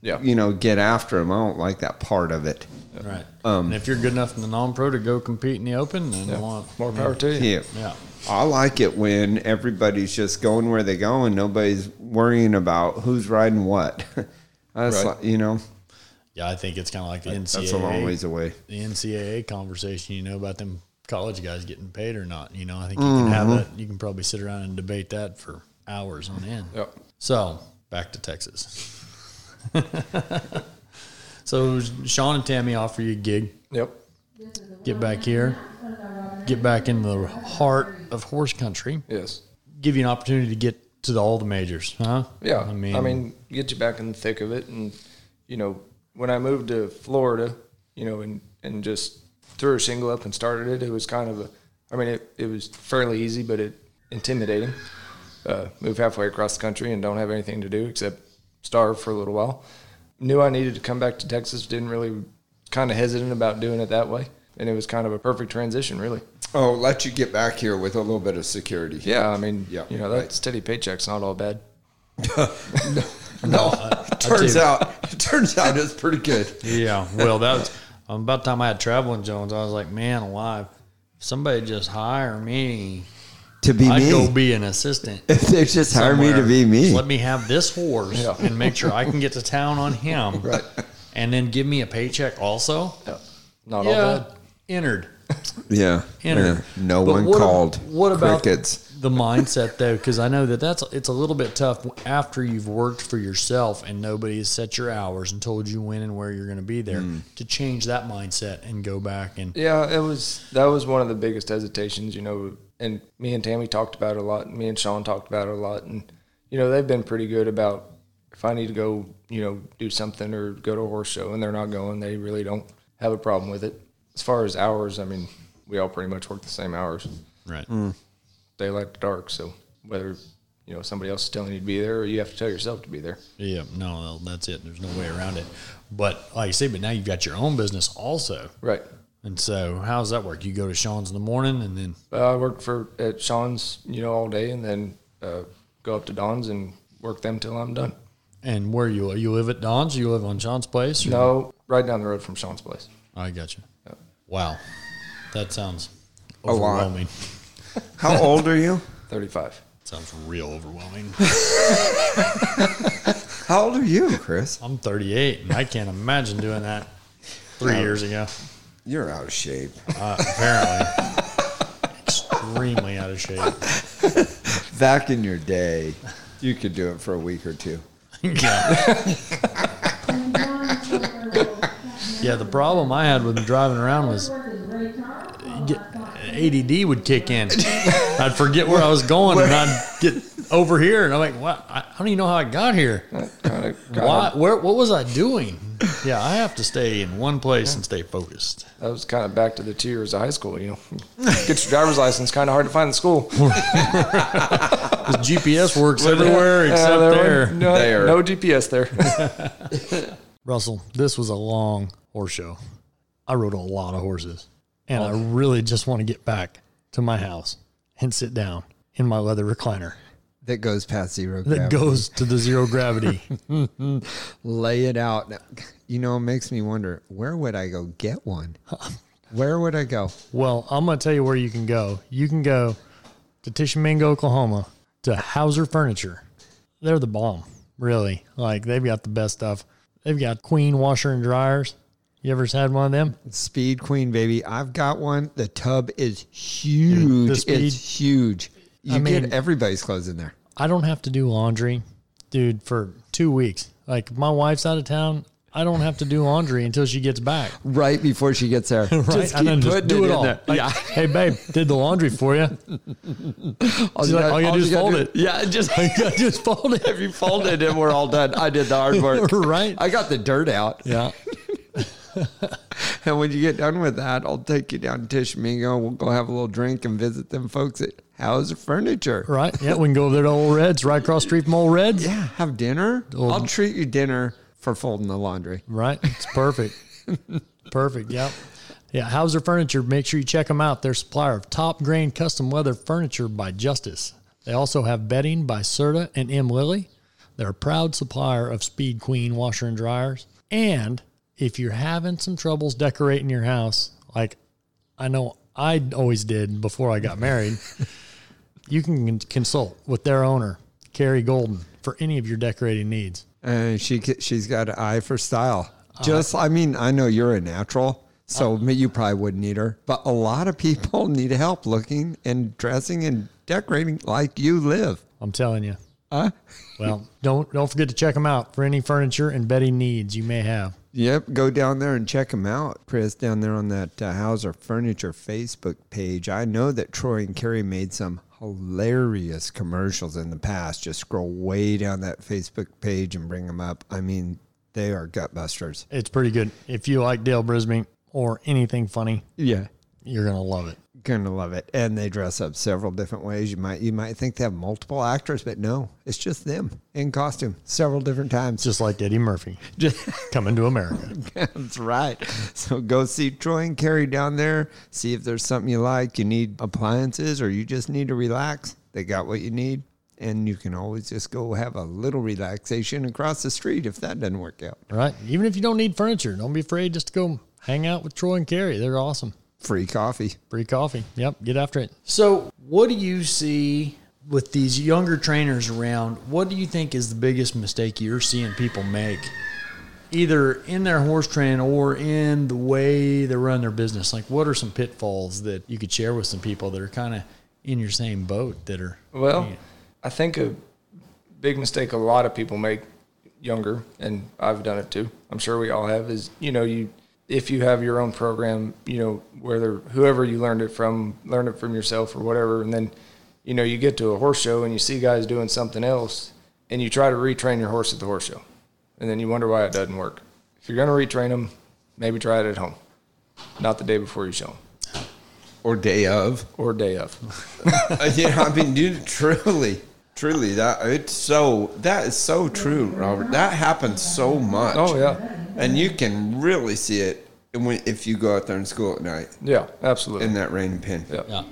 Speaker 4: Yeah.
Speaker 2: you know, get after them. I don't like that part of it.
Speaker 1: Right.
Speaker 2: Um,
Speaker 1: and if you're good enough in the non-pro to go compete in the open, then I want
Speaker 4: More power to you.
Speaker 2: Yeah.
Speaker 1: Yeah.
Speaker 2: I like it when everybody's just going where they go and nobody's worrying about who's riding what. That's
Speaker 4: Right.
Speaker 2: like, you know,
Speaker 1: Yeah, I think it's kind of like the NCAA.
Speaker 2: that's a long ways away.
Speaker 1: the NCAA conversation, you know, about them college guys getting paid or not. You know, I think you
Speaker 2: Mm-hmm.
Speaker 1: can have that. You can probably sit around and debate that for hours on end.
Speaker 4: Yep.
Speaker 1: So back to Texas. so Sean and Tammy offer you a gig.
Speaker 4: Yep.
Speaker 1: Get back here. Get back into the heart of horse country.
Speaker 4: Yes.
Speaker 1: Give you an opportunity to get to the, all the majors, huh?
Speaker 4: Yeah. I mean, I mean, get you back in the thick of it, and you know, when I moved to Florida, you know, and and just threw a shingle up and started it, it was kind of a, I mean, it it was fairly easy, but it intimidating. Uh, move halfway across the country and don't have anything to do except starve for a little while. Knew I needed to come back to Texas. Didn't really, kind of hesitant about doing it that way, and it was kind of a perfect transition, really.
Speaker 2: Oh, let you get back here with a little bit of security.
Speaker 4: Yeah, I mean,
Speaker 2: Yeah,
Speaker 4: you know, that
Speaker 2: right.
Speaker 4: steady paycheck's not all bad.
Speaker 2: No, turns
Speaker 1: you-
Speaker 2: out, turns out it's pretty good.
Speaker 1: Yeah, well, that was um, about the time I had Traveling Jones. I was like, man, alive. If somebody just hire me,
Speaker 2: To be
Speaker 1: I'd
Speaker 2: me.
Speaker 1: go be an assistant.
Speaker 2: if they just hire me to
Speaker 1: somewhere.
Speaker 2: be me.
Speaker 1: Just let me have this horse
Speaker 4: Yeah.
Speaker 1: and make sure I can get to town on him. right. And then give me a paycheck also.
Speaker 4: Not all
Speaker 1: Yeah.
Speaker 4: bad.
Speaker 1: Entered.
Speaker 2: Yeah.
Speaker 1: Enter.
Speaker 2: yeah. No
Speaker 1: But
Speaker 2: one
Speaker 1: what ab-
Speaker 2: called.
Speaker 1: what about-
Speaker 2: crickets?
Speaker 1: The mindset though, because I know that that's it's a little bit tough after you've worked for yourself and nobody has set your hours and told you when and where you're going to be there
Speaker 2: Mm.
Speaker 1: to change that mindset and go back and
Speaker 4: Yeah, it was that was one of the biggest hesitations, you know, and me and Tammy talked about it a lot, and me and Sean talked about it a lot, and you know, they've been pretty good about if I need to go, you know, do something or go to a horse show and they're not going, they really don't have a problem with it. As far as hours, I mean, we all pretty much work the same hours,
Speaker 1: right.
Speaker 2: Mm.
Speaker 4: daylight to dark, so whether you know somebody else is telling you to be there or you have to tell yourself to be there.
Speaker 1: Yeah, no, that's it. There's no way around it. But like you say, but now you've got your own business also.
Speaker 4: Right.
Speaker 1: And so how does that work? You go to Sean's in the morning and then
Speaker 4: Uh, I worked for at Sean's, you know, all day, and then uh, go up to Don's and work them till I'm done.
Speaker 1: and where you you live at Don's, you live on Sean's place? or-
Speaker 4: No, right down the road from Sean's place.
Speaker 1: I got you. Wow. That sounds
Speaker 2: lot.
Speaker 1: overwhelming.
Speaker 2: How old are you?
Speaker 4: Thirty-five.
Speaker 1: Sounds real overwhelming.
Speaker 2: How old are you, Chris?
Speaker 1: I'm 38 and I can't imagine doing that 3 years ago.
Speaker 2: You're out of shape.
Speaker 1: Uh, apparently extremely out of shape.
Speaker 2: Back in your day, you could do it for a week or two.
Speaker 1: yeah. yeah, the problem I had with driving around was get- ADD would kick in. I'd forget where I was going and I'd get over here and I'm like, what? I I don't even know how I got here.
Speaker 4: Kind of,
Speaker 1: Why, where, what was I doing? Yeah, I have to stay in one place and stay focused.
Speaker 4: that was kind of back to the two years of high school. You know, get your driver's license. Kind of hard to find the school.
Speaker 1: Because GPS works everywhere except
Speaker 4: Uh,
Speaker 1: there.
Speaker 4: were No,
Speaker 2: There.
Speaker 4: no GPS there.
Speaker 1: Russell, this was a long horse show. I rode a lot of horses, and I really just want to get back to my house and sit down in my leather recliner
Speaker 2: that goes past zero
Speaker 1: that
Speaker 2: gravity.
Speaker 1: goes to the zero gravity.
Speaker 2: Lay it out. Now, You know, it makes me wonder where would I go get one? Where would I go?
Speaker 1: well, I'm going to tell you where you can go. You can go to Tishomingo, Oklahoma, to Hauser Furniture. They're the bomb, really. Like they've got the best stuff. They've got queen washer and dryers. You ever had one of them?
Speaker 2: Speed Queen, baby. I've got one. The tub is huge.
Speaker 1: The speed-
Speaker 2: It's huge. You
Speaker 1: I
Speaker 2: get
Speaker 1: mean-
Speaker 2: everybody's clothes in there.
Speaker 1: I don't have to do laundry, dude, for two weeks. Like my wife's out of town. I don't have to do laundry until she gets back.
Speaker 2: Right before she gets there.
Speaker 1: Right.
Speaker 2: Just keep putting it, in there.
Speaker 1: Like,
Speaker 2: yeah.
Speaker 1: Hey, babe, did the laundry for you.
Speaker 2: All
Speaker 1: She's like, all you gotta do is fold it.
Speaker 2: Yeah, just
Speaker 1: I just folded
Speaker 2: if you fold it and we're all done. I did the hard work.
Speaker 1: Right.
Speaker 2: I got the dirt out.
Speaker 1: Yeah.
Speaker 2: And when you get done with that, I'll take you down to Tishomingo. We'll go have a little drink and visit them folks at Hauser Furniture.
Speaker 1: Right. Yeah. We can go over there to Old Reds, right across the street from Old Reds.
Speaker 2: Yeah, have dinner.
Speaker 1: Old-
Speaker 2: I'll treat you dinner for folding the laundry.
Speaker 1: Right. It's perfect. perfect. Yep. Yeah. Hauser Furniture. Make sure you check them out. They're supplier of top grain custom leather furniture by Justice. They also have bedding by Serta and M Lilly. They're a proud supplier of Speed Queen washer and dryers. And if you're having some troubles decorating your house, like I know I always did before I got married, you can consult with their owner, Carrie Golden, for any of your decorating needs.
Speaker 2: And she ca- she's got an eye for style.
Speaker 1: Uh-huh.
Speaker 2: Just I mean, I know you're a natural, so me you probably wouldn't need her. But a lot of people need help looking and dressing and decorating like you live.
Speaker 1: I'm telling you. Well, don't don't forget to check them out for any furniture and bedding needs you may have.
Speaker 2: Yep, go down there and check them out, Chris. Down there on that uh, Hauser Furniture Facebook page, I know that Troy and Carrie made some hilarious commercials in the past. Just scroll way down that Facebook page and bring them up. I mean, they are gutbusters.
Speaker 1: It's pretty good. If you like Dale Brisbane or anything funny,
Speaker 2: Yeah,
Speaker 1: you're gonna love it.
Speaker 2: gonna love it. And they dress up several different ways. You might you might think they have multiple actors, but no, it's just them in costume several different times.
Speaker 1: Just like Eddie Murphy coming to America.
Speaker 2: That's right. So go see Troy and Carrie down there. See if there's something you like. You need appliances or you just need to relax. They got what you need. And you can always just go have a little relaxation across the street if that doesn't work out.
Speaker 1: Right? Even if you don't need furniture, don't be afraid just to go hang out with Troy and Carrie. They're awesome.
Speaker 2: Free coffee.
Speaker 1: Free coffee. Yep, get after it. So, what do you see with these younger trainers around? What do you think is the biggest mistake you're seeing people make, either in their horse training or in the way they run their business? Like, what are some pitfalls that you could share with some people that are kind of in your same boat that are
Speaker 4: Well, I think a big mistake a lot of people make younger, and I've done it too. I'm sure we all have. Is you know you if you have your own program, you know whether whoever you learned it from learned it from yourself or whatever, and then you know you get to a horse show and you see guys doing something else, and you try to retrain your horse at the horse show, and then you wonder why it doesn't work. If you're going to retrain them, maybe try it at home, not the day before you show them
Speaker 2: Or day of. Uh,
Speaker 4: or day of.
Speaker 2: yeah, I mean, you truly, truly, that it's so that is so true, Robert. That happens so much.
Speaker 4: Oh yeah,
Speaker 2: and you can really see it when, if you go out there in school at night
Speaker 4: yeah, absolutely.
Speaker 2: in that rain pin.
Speaker 4: Yeah.
Speaker 1: Yeah.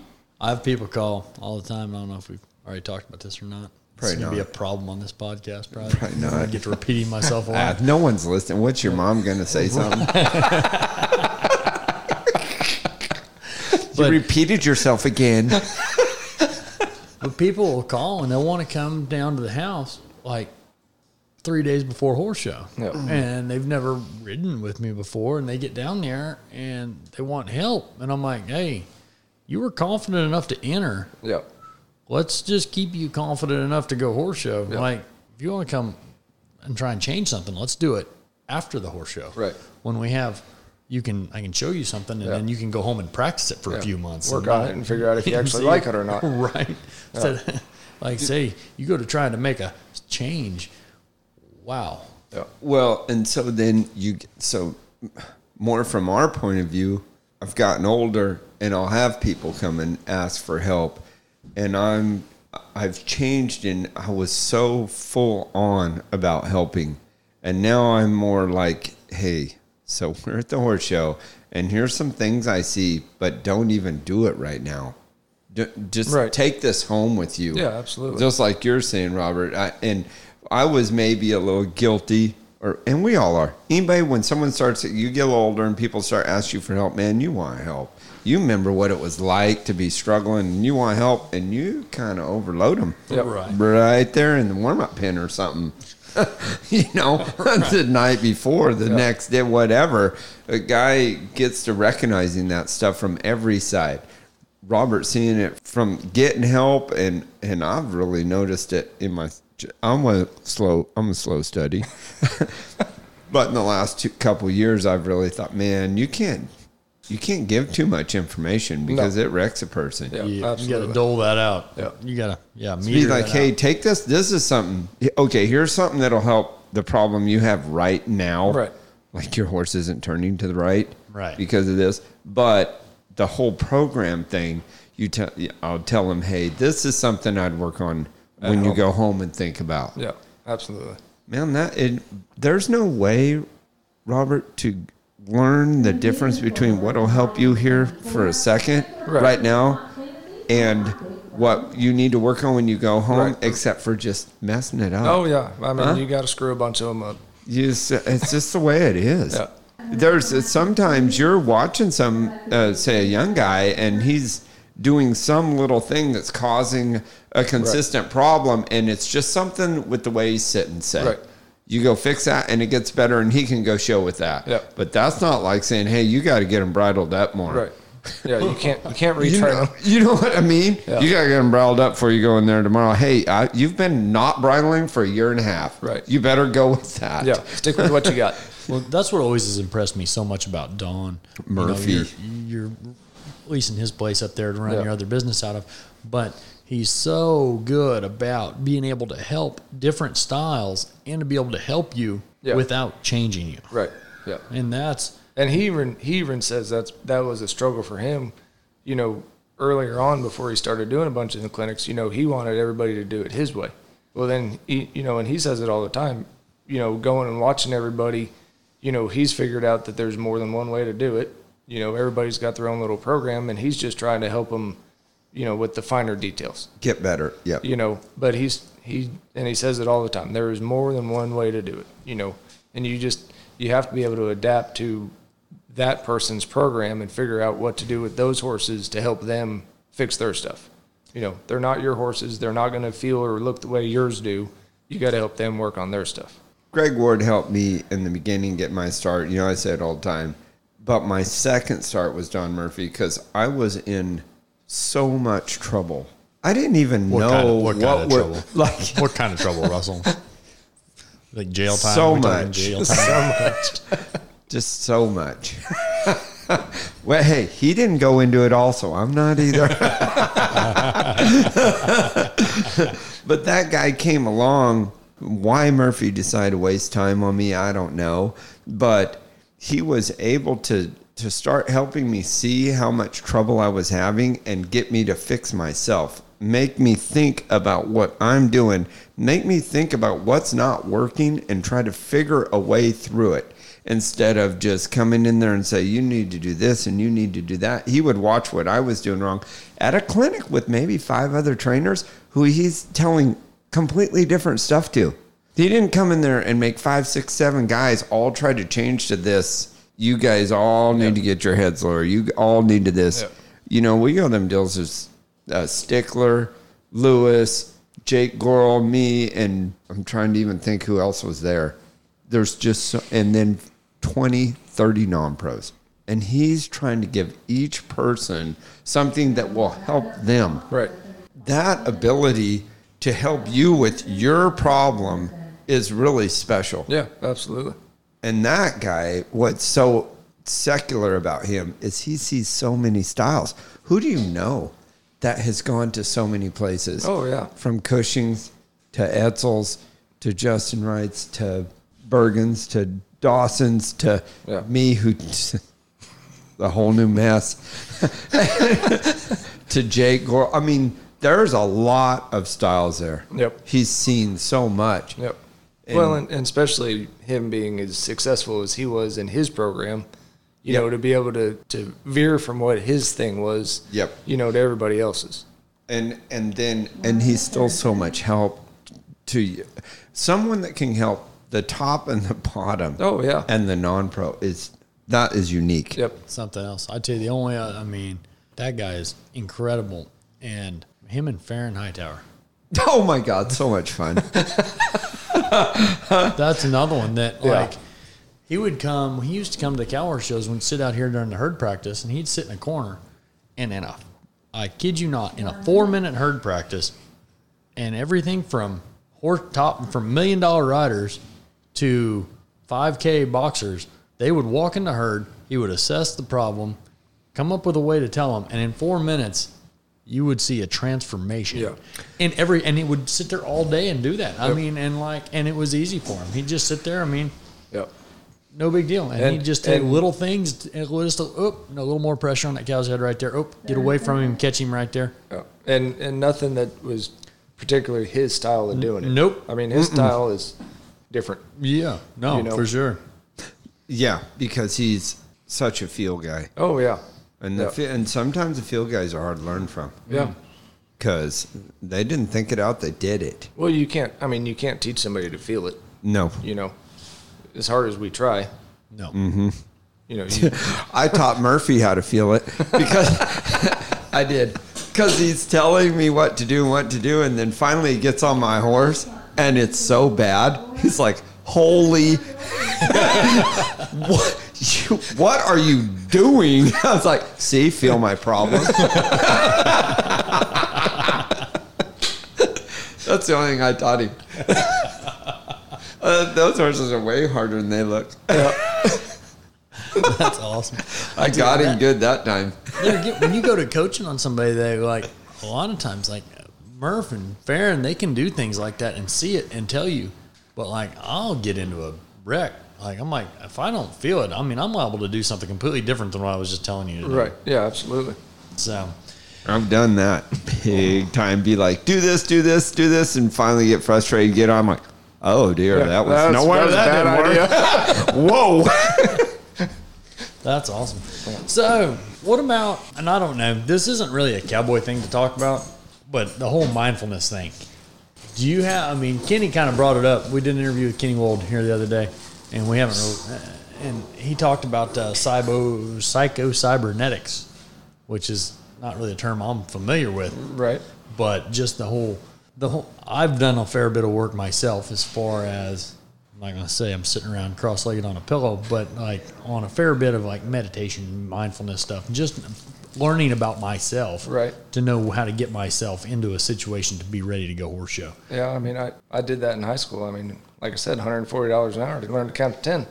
Speaker 1: I have people call all the time. I don't know if we've already talked about this or not.
Speaker 2: Probably
Speaker 1: it's gonna be a
Speaker 2: not.
Speaker 1: problem on this podcast, probably.
Speaker 2: Probably
Speaker 1: I
Speaker 2: not.
Speaker 1: get to repeating myself a
Speaker 2: Ah,
Speaker 1: lot.
Speaker 2: no one's listening. What's your mom going to say something? you
Speaker 1: But-
Speaker 2: repeated yourself again.
Speaker 1: But people will call and they'll want to come down to the house like three days before horse show.
Speaker 4: Yeah.
Speaker 1: And they've never ridden with me before. And they get down there and they want help. And I'm like, hey, you were confident enough to enter.
Speaker 4: Yeah.
Speaker 1: Let's just keep you confident enough to go horse show. Like, if you want to come and try and change something, let's do it after the horse show.
Speaker 4: Right.
Speaker 1: When we have, you can, I can show you something and
Speaker 4: Yeah.
Speaker 1: then you can go home and practice it for a few months.
Speaker 4: Work
Speaker 1: and
Speaker 4: on
Speaker 1: not-
Speaker 4: it and figure out if you actually
Speaker 1: See?
Speaker 4: like it or not.
Speaker 1: right? So, like, say you go to try to make a change. Wow.
Speaker 2: Well, and so then you so more from our point of view, I've gotten older and I'll have people come and ask for help and I'm I've changed and I was so full on about helping and now I'm more like, hey, so we're at the horse show and here's some things I see, but don't even do it right now D- just
Speaker 4: Right.
Speaker 2: take this home with you.
Speaker 4: Yeah, absolutely.
Speaker 2: Just like you're saying, Robert. I, and I was maybe a little guilty, or and we all are. Anybody, when someone starts, you get older and people start asking you for help, man, you want help. You remember what it was like to be struggling, and you want help, and you kind of overload them
Speaker 4: Yep.
Speaker 1: Right.
Speaker 2: right there in the warm-up pen or something. you know, the night before, the next day, whatever. A guy gets to recognizing that stuff from every side. Robert seeing it from getting help, and and I've really noticed it in my. I'm a slow. I'm a slow study. But in the last two, couple years, I've really thought, man, you can't, you can't give too much information because it wrecks a person.
Speaker 4: Yeah,
Speaker 1: Yeah, you got to
Speaker 4: absolutely.
Speaker 1: dole that out.
Speaker 4: Yeah.
Speaker 1: You got to, yeah,
Speaker 2: be
Speaker 1: meter
Speaker 2: like,
Speaker 1: that
Speaker 2: hey,
Speaker 1: out.
Speaker 2: take this. This is something. Okay, here's something that'll help the problem you have right now.
Speaker 4: Right.
Speaker 2: Like your horse isn't turning to the right.
Speaker 1: Right.
Speaker 2: Because of this. But the whole program thing, you tell, I'll tell them, hey, this is something I'd work on when you go home and think about.
Speaker 4: Yeah, absolutely.
Speaker 2: Man, that it, there's no way, Robert, to learn the difference between what'll help you here for a second right,
Speaker 4: Right.
Speaker 2: now and what you need to work on when you go home,
Speaker 4: Right.
Speaker 2: except for just messing it up.
Speaker 4: Oh yeah, I mean you got to screw a bunch of them up.
Speaker 2: You just, it's just the way it is.
Speaker 4: Yeah.
Speaker 2: There's sometimes you're watching some, uh, say, a young guy, and he's doing some little thing that's causing a consistent problem, and it's just something with the way he's sitting. Say,
Speaker 4: Right.
Speaker 2: you go fix that, and it gets better, and he can go show with that.
Speaker 4: Yeah.
Speaker 2: But that's not like saying, hey, you got to get him bridled up more.
Speaker 4: Right. Yeah, you can't you can't
Speaker 2: You
Speaker 4: retrain
Speaker 2: know,
Speaker 4: 'em.
Speaker 2: you know what I mean?
Speaker 4: Yeah.
Speaker 2: You got to get them bridled up before you go in there tomorrow. Hey, I, you've been not bridling for a year and a half.
Speaker 4: Right.
Speaker 2: You better go with that.
Speaker 4: Yeah, stick with what you got.
Speaker 1: Well, that's what always has impressed me so much about Don You know,
Speaker 2: Murphy.
Speaker 1: you're, you're leasing his place up there to run
Speaker 4: Yeah.
Speaker 1: your other business out of, but he's so good about being able to help different styles and to be able to help you
Speaker 4: Yeah.
Speaker 1: without changing you.
Speaker 4: Right. Yeah.
Speaker 1: And that's
Speaker 4: And he even he even says that's that was a struggle for him, you know, earlier on before he started doing a bunch of the clinics, you know, he wanted everybody to do it his way. Well then he you know, and he says it all the time, you know, going and watching everybody, you know, he's figured out that there's more than one way to do it. You know, everybody's got their own little program and he's just trying to help them, you know, with the finer details.
Speaker 2: Get better. Yep.
Speaker 4: you know but he's he and he says it all the time there is more than one way to do it you know and you just you have to be able to adapt to that person's program and figure out what to do with those horses to help them fix their stuff you know they're not your horses they're not going to feel or look the way yours do you got to help them work on their stuff
Speaker 2: Greg Ward helped me in the beginning get my start. You know, I say it all the time, but my second start was Don Murphy because I was in so much trouble. I didn't even know
Speaker 1: kind of- what kind of
Speaker 2: were-
Speaker 1: trouble?
Speaker 2: Like
Speaker 1: what kind of trouble, Russell? Like jail time.
Speaker 2: So
Speaker 1: We're talking
Speaker 2: much.
Speaker 1: Jail time.
Speaker 2: just so much. well, hey, he didn't go into it. Also, I'm not either. but that guy came along. Why Murphy decided to waste time on me, I don't know. But he was able to to start helping me see how much trouble I was having and get me to fix myself. Make me think about what I'm doing. Make me think about what's not working and try to figure a way through it instead of just coming in there and say you need to do this and you need to do that he would watch what i was doing wrong at a clinic with maybe five other trainers who he's telling completely different stuff to he didn't come in there and make five six seven guys all try to change to this you guys all need to get your heads lower you all need to this
Speaker 4: Yep.
Speaker 2: you know we owe them deals as uh, stickler lewis jake Gorel, me and i'm trying to even think who else was there there's just so, and then 20 30 non-pros and he's trying to give each person something that will help them
Speaker 4: right
Speaker 2: that ability to help you with your problem is really special
Speaker 4: yeah absolutely
Speaker 2: and that guy what's so secular about him is he sees so many styles who do you know that has gone to so many places
Speaker 4: Oh, yeah.
Speaker 2: from cushing's to etzel's to justin wright's to bergen's to dawson's to
Speaker 4: Yeah.
Speaker 2: me who the whole new mess to jake gore i mean there's a lot of styles there
Speaker 4: Yep.
Speaker 2: he's seen so much
Speaker 4: Yep. well, and, and especially him being as successful as he was in his program, you know, to be able to, to veer from what his thing was,
Speaker 2: Yep.
Speaker 4: you know, to everybody else's.
Speaker 2: and and then and he still so much help to you. Someone that can help the top and the bottom.
Speaker 4: Oh, yeah.
Speaker 2: and the non-pro is that is unique.
Speaker 4: Yep.
Speaker 1: something else. I tell you, the only uh, I mean, that guy is incredible, and him and Farron Hightower.
Speaker 2: Oh my God, so much fun.
Speaker 1: That's another one that like he would come. He used to come to the Cowher shows. We'd sit out here during the herd practice, and he'd sit in a corner, and in a, I kid you not, in a four minute herd practice, and everything from horse top from million dollar riders to five k boxers, they would walk in the herd. He would assess the problem, come up with a way to tell them, and in four minutes. You would see a transformation
Speaker 4: Yeah.
Speaker 1: and every and he would sit there all day and do that. I mean, and like, and it was easy for him. He'd just sit there. I mean,
Speaker 4: Yep.
Speaker 1: no big deal, and, he'd
Speaker 4: And-
Speaker 1: just take
Speaker 4: and-
Speaker 1: little things and just oh, no, a little more pressure on that cow's head right there. Oh, get away from him, catch him right there.
Speaker 4: Yeah. And and nothing that was particularly his style of doing it.
Speaker 1: nope.
Speaker 4: I mean, his style is different.
Speaker 1: Yeah, no,
Speaker 4: You know.
Speaker 1: for sure.
Speaker 2: yeah, because he's such a field guy,
Speaker 4: Oh yeah.
Speaker 2: and the
Speaker 4: Yeah.
Speaker 2: fi- and sometimes the field guys are hard to learn from
Speaker 4: Yeah.
Speaker 2: because they didn't think it out, they did it.
Speaker 4: Well, you can't. I mean, you can't teach somebody to feel it.
Speaker 2: No,
Speaker 4: You know, as hard as we try,
Speaker 1: No,
Speaker 2: Mm-hmm.
Speaker 4: you know, you,
Speaker 2: I taught Murphy how to feel it because I did. Because he's telling me what to do and what to do. And then finally he gets on my horse and it's so bad. He's like, holy. what, you, what are you doing? I was like, see, feel my problem. That's the only thing I taught him. Uh, those horses are way harder than they look.
Speaker 1: that's awesome.
Speaker 2: I got him good that time.
Speaker 1: They're get- when you go to coaching on somebody, they like a lot of times like Murph and Farron, they can do things like that and see it and tell you. But like I'll get into a wreck. Like I'm like if I don't feel it, I mean I'm liable to do something completely different than what I was just telling you. To do.
Speaker 4: right? Yeah, absolutely.
Speaker 1: So
Speaker 2: I've done that big time. Be like, do this, do this, do this, and finally get frustrated. Get on. I'm like, oh dear,
Speaker 4: Yeah,
Speaker 2: that was
Speaker 4: that's-
Speaker 2: no wonder that,
Speaker 4: that was a
Speaker 2: didn't work. Whoa.
Speaker 1: that's awesome. So what about? And I don't know. This isn't really a cowboy thing to talk about, but the whole mindfulness thing. Do you have? I mean, Kenny kind of brought it up. We did an interview with Kenny Wold here the other day, and we haven't. Really, uh, and he talked about uh, cybo psycho cybernetics, which is not really a term I'm familiar with,
Speaker 4: Right.
Speaker 1: but just the whole the whole. I've done a fair bit of work myself as far as I'm not gonna say I'm sitting around cross legged on a pillow, but like on a fair bit of like meditation, mindfulness stuff, just learning about myself,
Speaker 4: Right.
Speaker 1: To know how to get myself into a situation to be ready to go horse show.
Speaker 4: Yeah. I mean, I I did that in high school. I mean, like I said, one hundred and forty dollars an hour to learn to count to ten.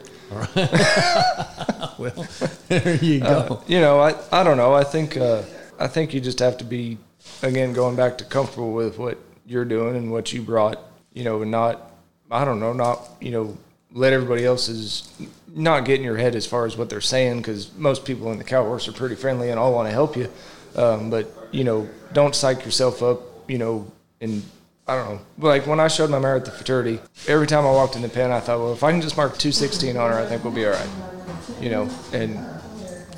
Speaker 1: Well, there you go.
Speaker 4: You know, I I don't know. I think uh, I think you just have to be, again, going back to comfortable with what you're doing and what you brought. You know, and not I don't know, not you know, let everybody else's not get in your head as far as what they're saying because most people in the cow horse are pretty friendly and all want to help you. Um, but you know, don't psych yourself up. You know, and I don't know. Like when I showed my mare at the fraternity, every time I walked in the pen, I thought, well, if I can just mark two sixteen on her, I think we'll be all right. You know, and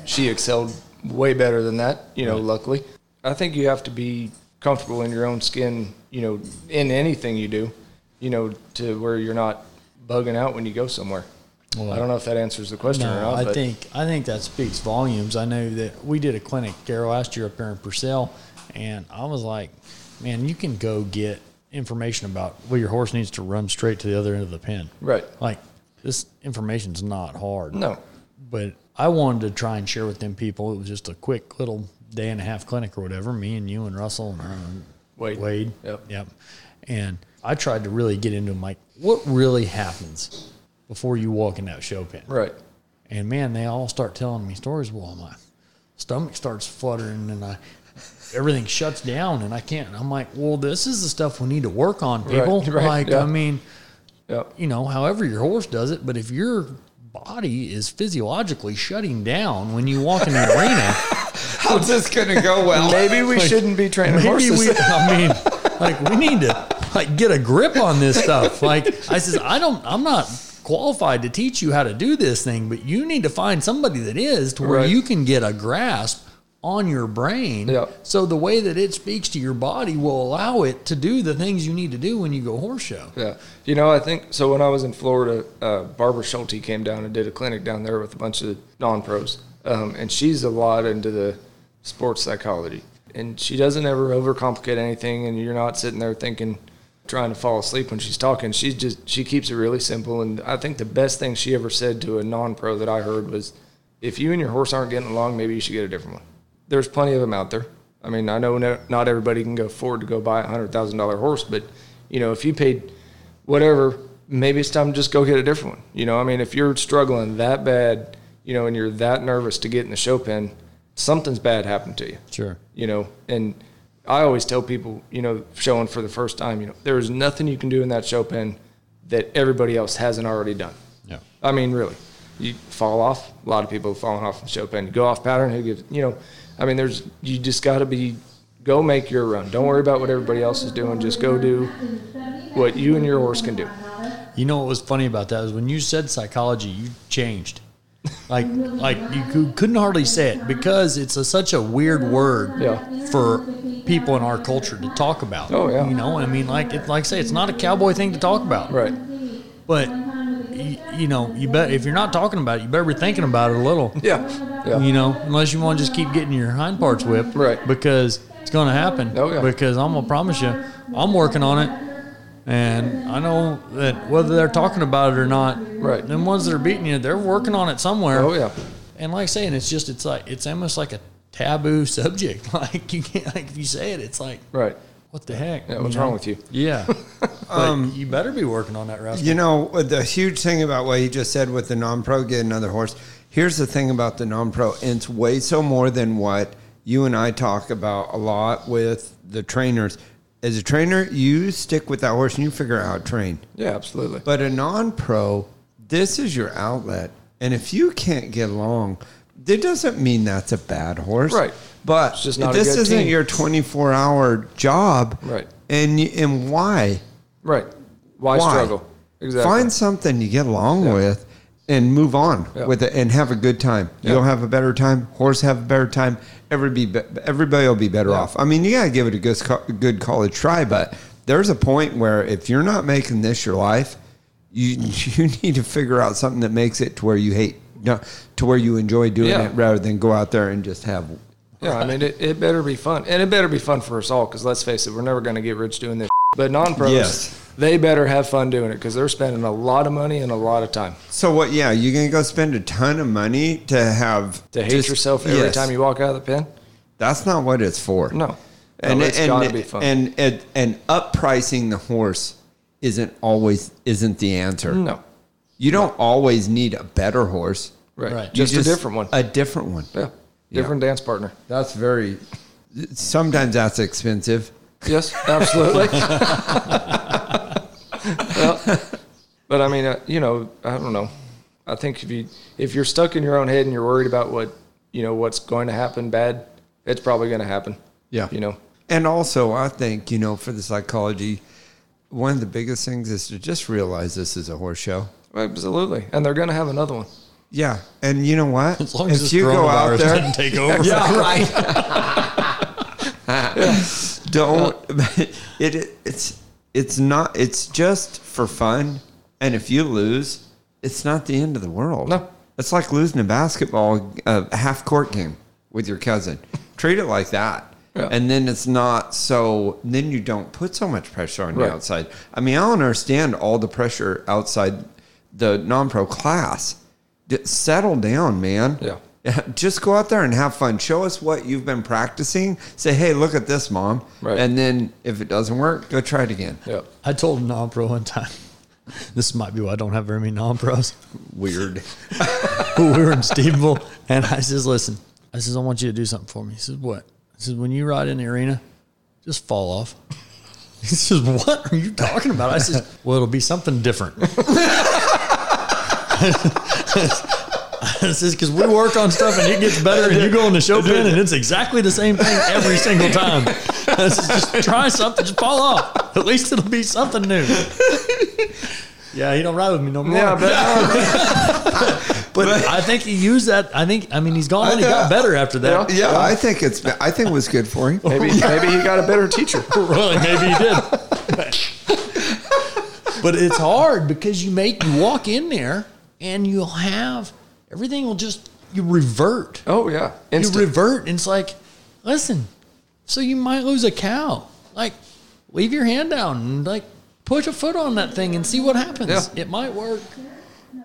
Speaker 4: she excelled way better than that, you know, luckily. I think you have to be comfortable in your own skin, you know, in anything you do, you know, to where you're not bugging out when you go somewhere.
Speaker 1: Well,
Speaker 4: I don't know if that answers the question or
Speaker 1: No,
Speaker 4: not.
Speaker 1: I
Speaker 4: but
Speaker 1: think I think that speaks volumes. I know that we did a clinic there last year up there in Purcell, and I was like, man, you can go get information about well, your horse needs to run straight to the other end of the pen.
Speaker 4: Right.
Speaker 1: Like this information's not hard.
Speaker 4: No.
Speaker 1: But I wanted to try and share with them people. It was just a quick little day and a half clinic or whatever. Me and you and Russell and um,
Speaker 4: Wade.
Speaker 1: Wade.
Speaker 4: Yep.
Speaker 1: Yep. And I tried to really get into 'em, like what really happens before you walk in that show pen.
Speaker 4: Right.
Speaker 1: And man, they all start telling me stories. Well, my stomach starts fluttering and I everything shuts down and I can't. And I'm like, well, this is the stuff we need to work on, people.
Speaker 4: right,
Speaker 1: like,
Speaker 4: yeah.
Speaker 1: I mean,
Speaker 4: Yep.
Speaker 1: you know, however your horse does it, but if your body is physiologically shutting down when you walk in the arena,
Speaker 2: How's this gonna go well?
Speaker 4: Maybe we shouldn't be training
Speaker 1: maybe
Speaker 4: horses.
Speaker 1: we, I mean, like we need to like get a grip on this stuff. Like I says, I don't, I'm not qualified to teach you how to do this thing, but you need to find somebody that is to where
Speaker 4: Right.
Speaker 1: you can get a grasp on your brain.
Speaker 4: Yep.
Speaker 1: So the way that it speaks to your body will allow it to do the things you need to do when you go horse show.
Speaker 4: Yeah. You know, I think so. When I was in Florida, uh, Barbara Schulte came down and did a clinic down there with a bunch of non pros. Um, and she's a lot into the sports psychology. And she doesn't ever overcomplicate anything. And you're not sitting there thinking, trying to fall asleep when she's talking. She's just, she keeps it really simple. And I think the best thing she ever said to a non pro that I heard was, if you and your horse aren't getting along, maybe you should get a different one there's plenty of them out there. I mean, I know no, not everybody can go afford to go buy a hundred thousand dollar horse, but you know, if you paid whatever, maybe it's time to just go get a different one. You know, I mean, if you're struggling that bad, you know, and you're that nervous to get in the show pen, something's bad happened to you.
Speaker 1: Sure.
Speaker 4: You know, and I always tell people, you know, showing for the first time, you know, there is nothing you can do in that show pen that everybody else hasn't already done.
Speaker 1: Yeah.
Speaker 4: I mean, really, you fall off. A lot of people have fallen off in Chopin. You go off pattern. Who gives? You know, I mean, there's you just got to be go make your run. Don't worry about what everybody else is doing. Just go do what you and your horse can do.
Speaker 1: You know what was funny about that is when you said psychology, you changed. Like, like you cou- couldn't hardly say it because it's a, such a weird word
Speaker 4: Yeah.
Speaker 1: for people in our culture to talk about.
Speaker 4: Oh, yeah.
Speaker 1: You know, I mean, like, it, like I say, it's not a cowboy thing to talk about.
Speaker 4: Right.
Speaker 1: But you, you know, you bet if you're not talking about it, you better be thinking about it a little.
Speaker 4: Yeah. Yeah.
Speaker 1: You know, unless you want to just keep getting your hind parts whipped,
Speaker 4: Right.
Speaker 1: Because it's going to happen.
Speaker 4: Oh, yeah.
Speaker 1: Because I'm gonna promise you, I'm working on it, and I know that whether they're talking about it or not,
Speaker 4: Right.
Speaker 1: Them ones that are beating you, they're working on it somewhere.
Speaker 4: Oh yeah.
Speaker 1: And like saying, it's just it's like it's almost like a taboo subject. Like you can't like if you say it, it's like
Speaker 4: Right.
Speaker 1: what the heck?
Speaker 4: Yeah, what's wrong with you?
Speaker 1: Yeah. But
Speaker 2: Um,
Speaker 1: you better be working on that rascal.
Speaker 2: You know, the huge thing about what you just said with the non pro, get another horse. Here's the thing about the non pro, it's way so more than what you and I talk about a lot with the trainers. As a trainer, you stick with that horse and you figure out how to train.
Speaker 4: Yeah, absolutely.
Speaker 2: But a non pro, this is your outlet. And if you can't get along, it doesn't mean that's a bad horse.
Speaker 4: Right.
Speaker 2: But
Speaker 4: It's just not a
Speaker 2: this
Speaker 4: good
Speaker 2: isn't
Speaker 4: team.
Speaker 2: your 24 hour job.
Speaker 4: Right.
Speaker 2: And, you, and why?
Speaker 4: Right. Why,
Speaker 2: Why?
Speaker 4: struggle? Exactly.
Speaker 2: Find something you get along with and move on
Speaker 4: Yeah.
Speaker 2: with it and have a good time.
Speaker 4: Yeah.
Speaker 2: You'll have a better time. Horse have a better time. Everybody, be, everybody will be better
Speaker 4: Yeah.
Speaker 2: off. I mean, you got to give it a good, co- good college try, but there's a point where if you're not making this your life, you you need to figure out something that makes it to where you hate, no, to where you enjoy doing
Speaker 4: Yeah.
Speaker 2: it rather than go out there and just have.
Speaker 4: Yeah, I mean, it, it better be fun. And it better be fun for us all because let's face it, we're never going to get rich doing this. But non pros,
Speaker 2: Yes.
Speaker 4: they better have fun doing it because they're spending a lot of money and a lot of time.
Speaker 2: So what? Yeah, you're gonna go spend a ton of money to have
Speaker 4: To hate
Speaker 2: just-
Speaker 4: yourself every
Speaker 2: Yes.
Speaker 4: time you walk out of the pen?
Speaker 2: That's not what it's for.
Speaker 4: No.
Speaker 2: and
Speaker 4: No, it's
Speaker 2: and,
Speaker 4: gotta be fun.
Speaker 2: and and and uppricing the horse isn't always isn't the answer.
Speaker 4: No.
Speaker 2: you don't always need a better horse.
Speaker 4: Right.
Speaker 1: Right.
Speaker 2: You
Speaker 4: Just, a different one.
Speaker 2: A different one.
Speaker 4: yeah. Different dance partner.
Speaker 2: That's very. Sometimes that's expensive.
Speaker 4: Yes, absolutely. Well, but I mean, uh, you know, I don't know. I think if you if you're stuck in your own head and you're worried about what you know what's going to happen bad, it's probably going to happen.
Speaker 2: Yeah.
Speaker 4: You know.
Speaker 2: And also, I think you know, for the psychology, one of the biggest things is to just realize this is a horse show.
Speaker 4: Absolutely. And they're going to have another one.
Speaker 2: Yeah, and you know what?
Speaker 1: As long as
Speaker 2: if
Speaker 1: this
Speaker 2: you go out
Speaker 1: coronavirus
Speaker 2: there,
Speaker 1: doesn't take over.
Speaker 2: Yeah, right. Don't it, it's it's not it's just for fun and if you lose, it's not the end of the world.
Speaker 4: No.
Speaker 2: It's like losing a basketball uh, half court game with your cousin. Treat it like that.
Speaker 4: Yeah.
Speaker 2: And then it's not so then you don't put so much pressure on
Speaker 4: Right.
Speaker 2: the outside. I mean, I don't understand all the pressure outside the non-pro class. D- Settle down, man.
Speaker 4: Yeah.
Speaker 2: Just go out there and have fun. Show us what you've been practicing. Say, hey, look at this, mom.
Speaker 4: Right.
Speaker 2: And then if it doesn't work, go try it again.
Speaker 4: Yeah.
Speaker 1: I told a non pro one time, this might be why I don't have very many non pros.
Speaker 2: Weird.
Speaker 1: we were in Stevenville, and I says, "Listen, I says I want you to do something for me." He says, "What?" I says, "When you ride in the arena, just fall off." He says, "What are you talking about?" I says, "Well, it'll be something different." I says, "Because we work on stuff and it gets better, and you go in the show pen and it's exactly the same thing every single time." I says, "Just try something, just fall off. At least it'll be something new." Yeah, he don't ride with me no more.
Speaker 4: Yeah, but
Speaker 1: but I think he used that. I think I mean he's gone. and he got better after that.
Speaker 2: Yeah, I think it's. I think it was good for him.
Speaker 4: maybe maybe he got a better teacher.
Speaker 1: really, maybe he did. but it's hard because you make you walk in there and you'll have everything will just you revert.
Speaker 4: Oh yeah,
Speaker 1: you
Speaker 4: instant.
Speaker 1: revert and it's like, listen, so you might lose a cow. Like, leave your hand down and like push a foot on that thing and see what happens.
Speaker 4: Yeah.
Speaker 1: It might work.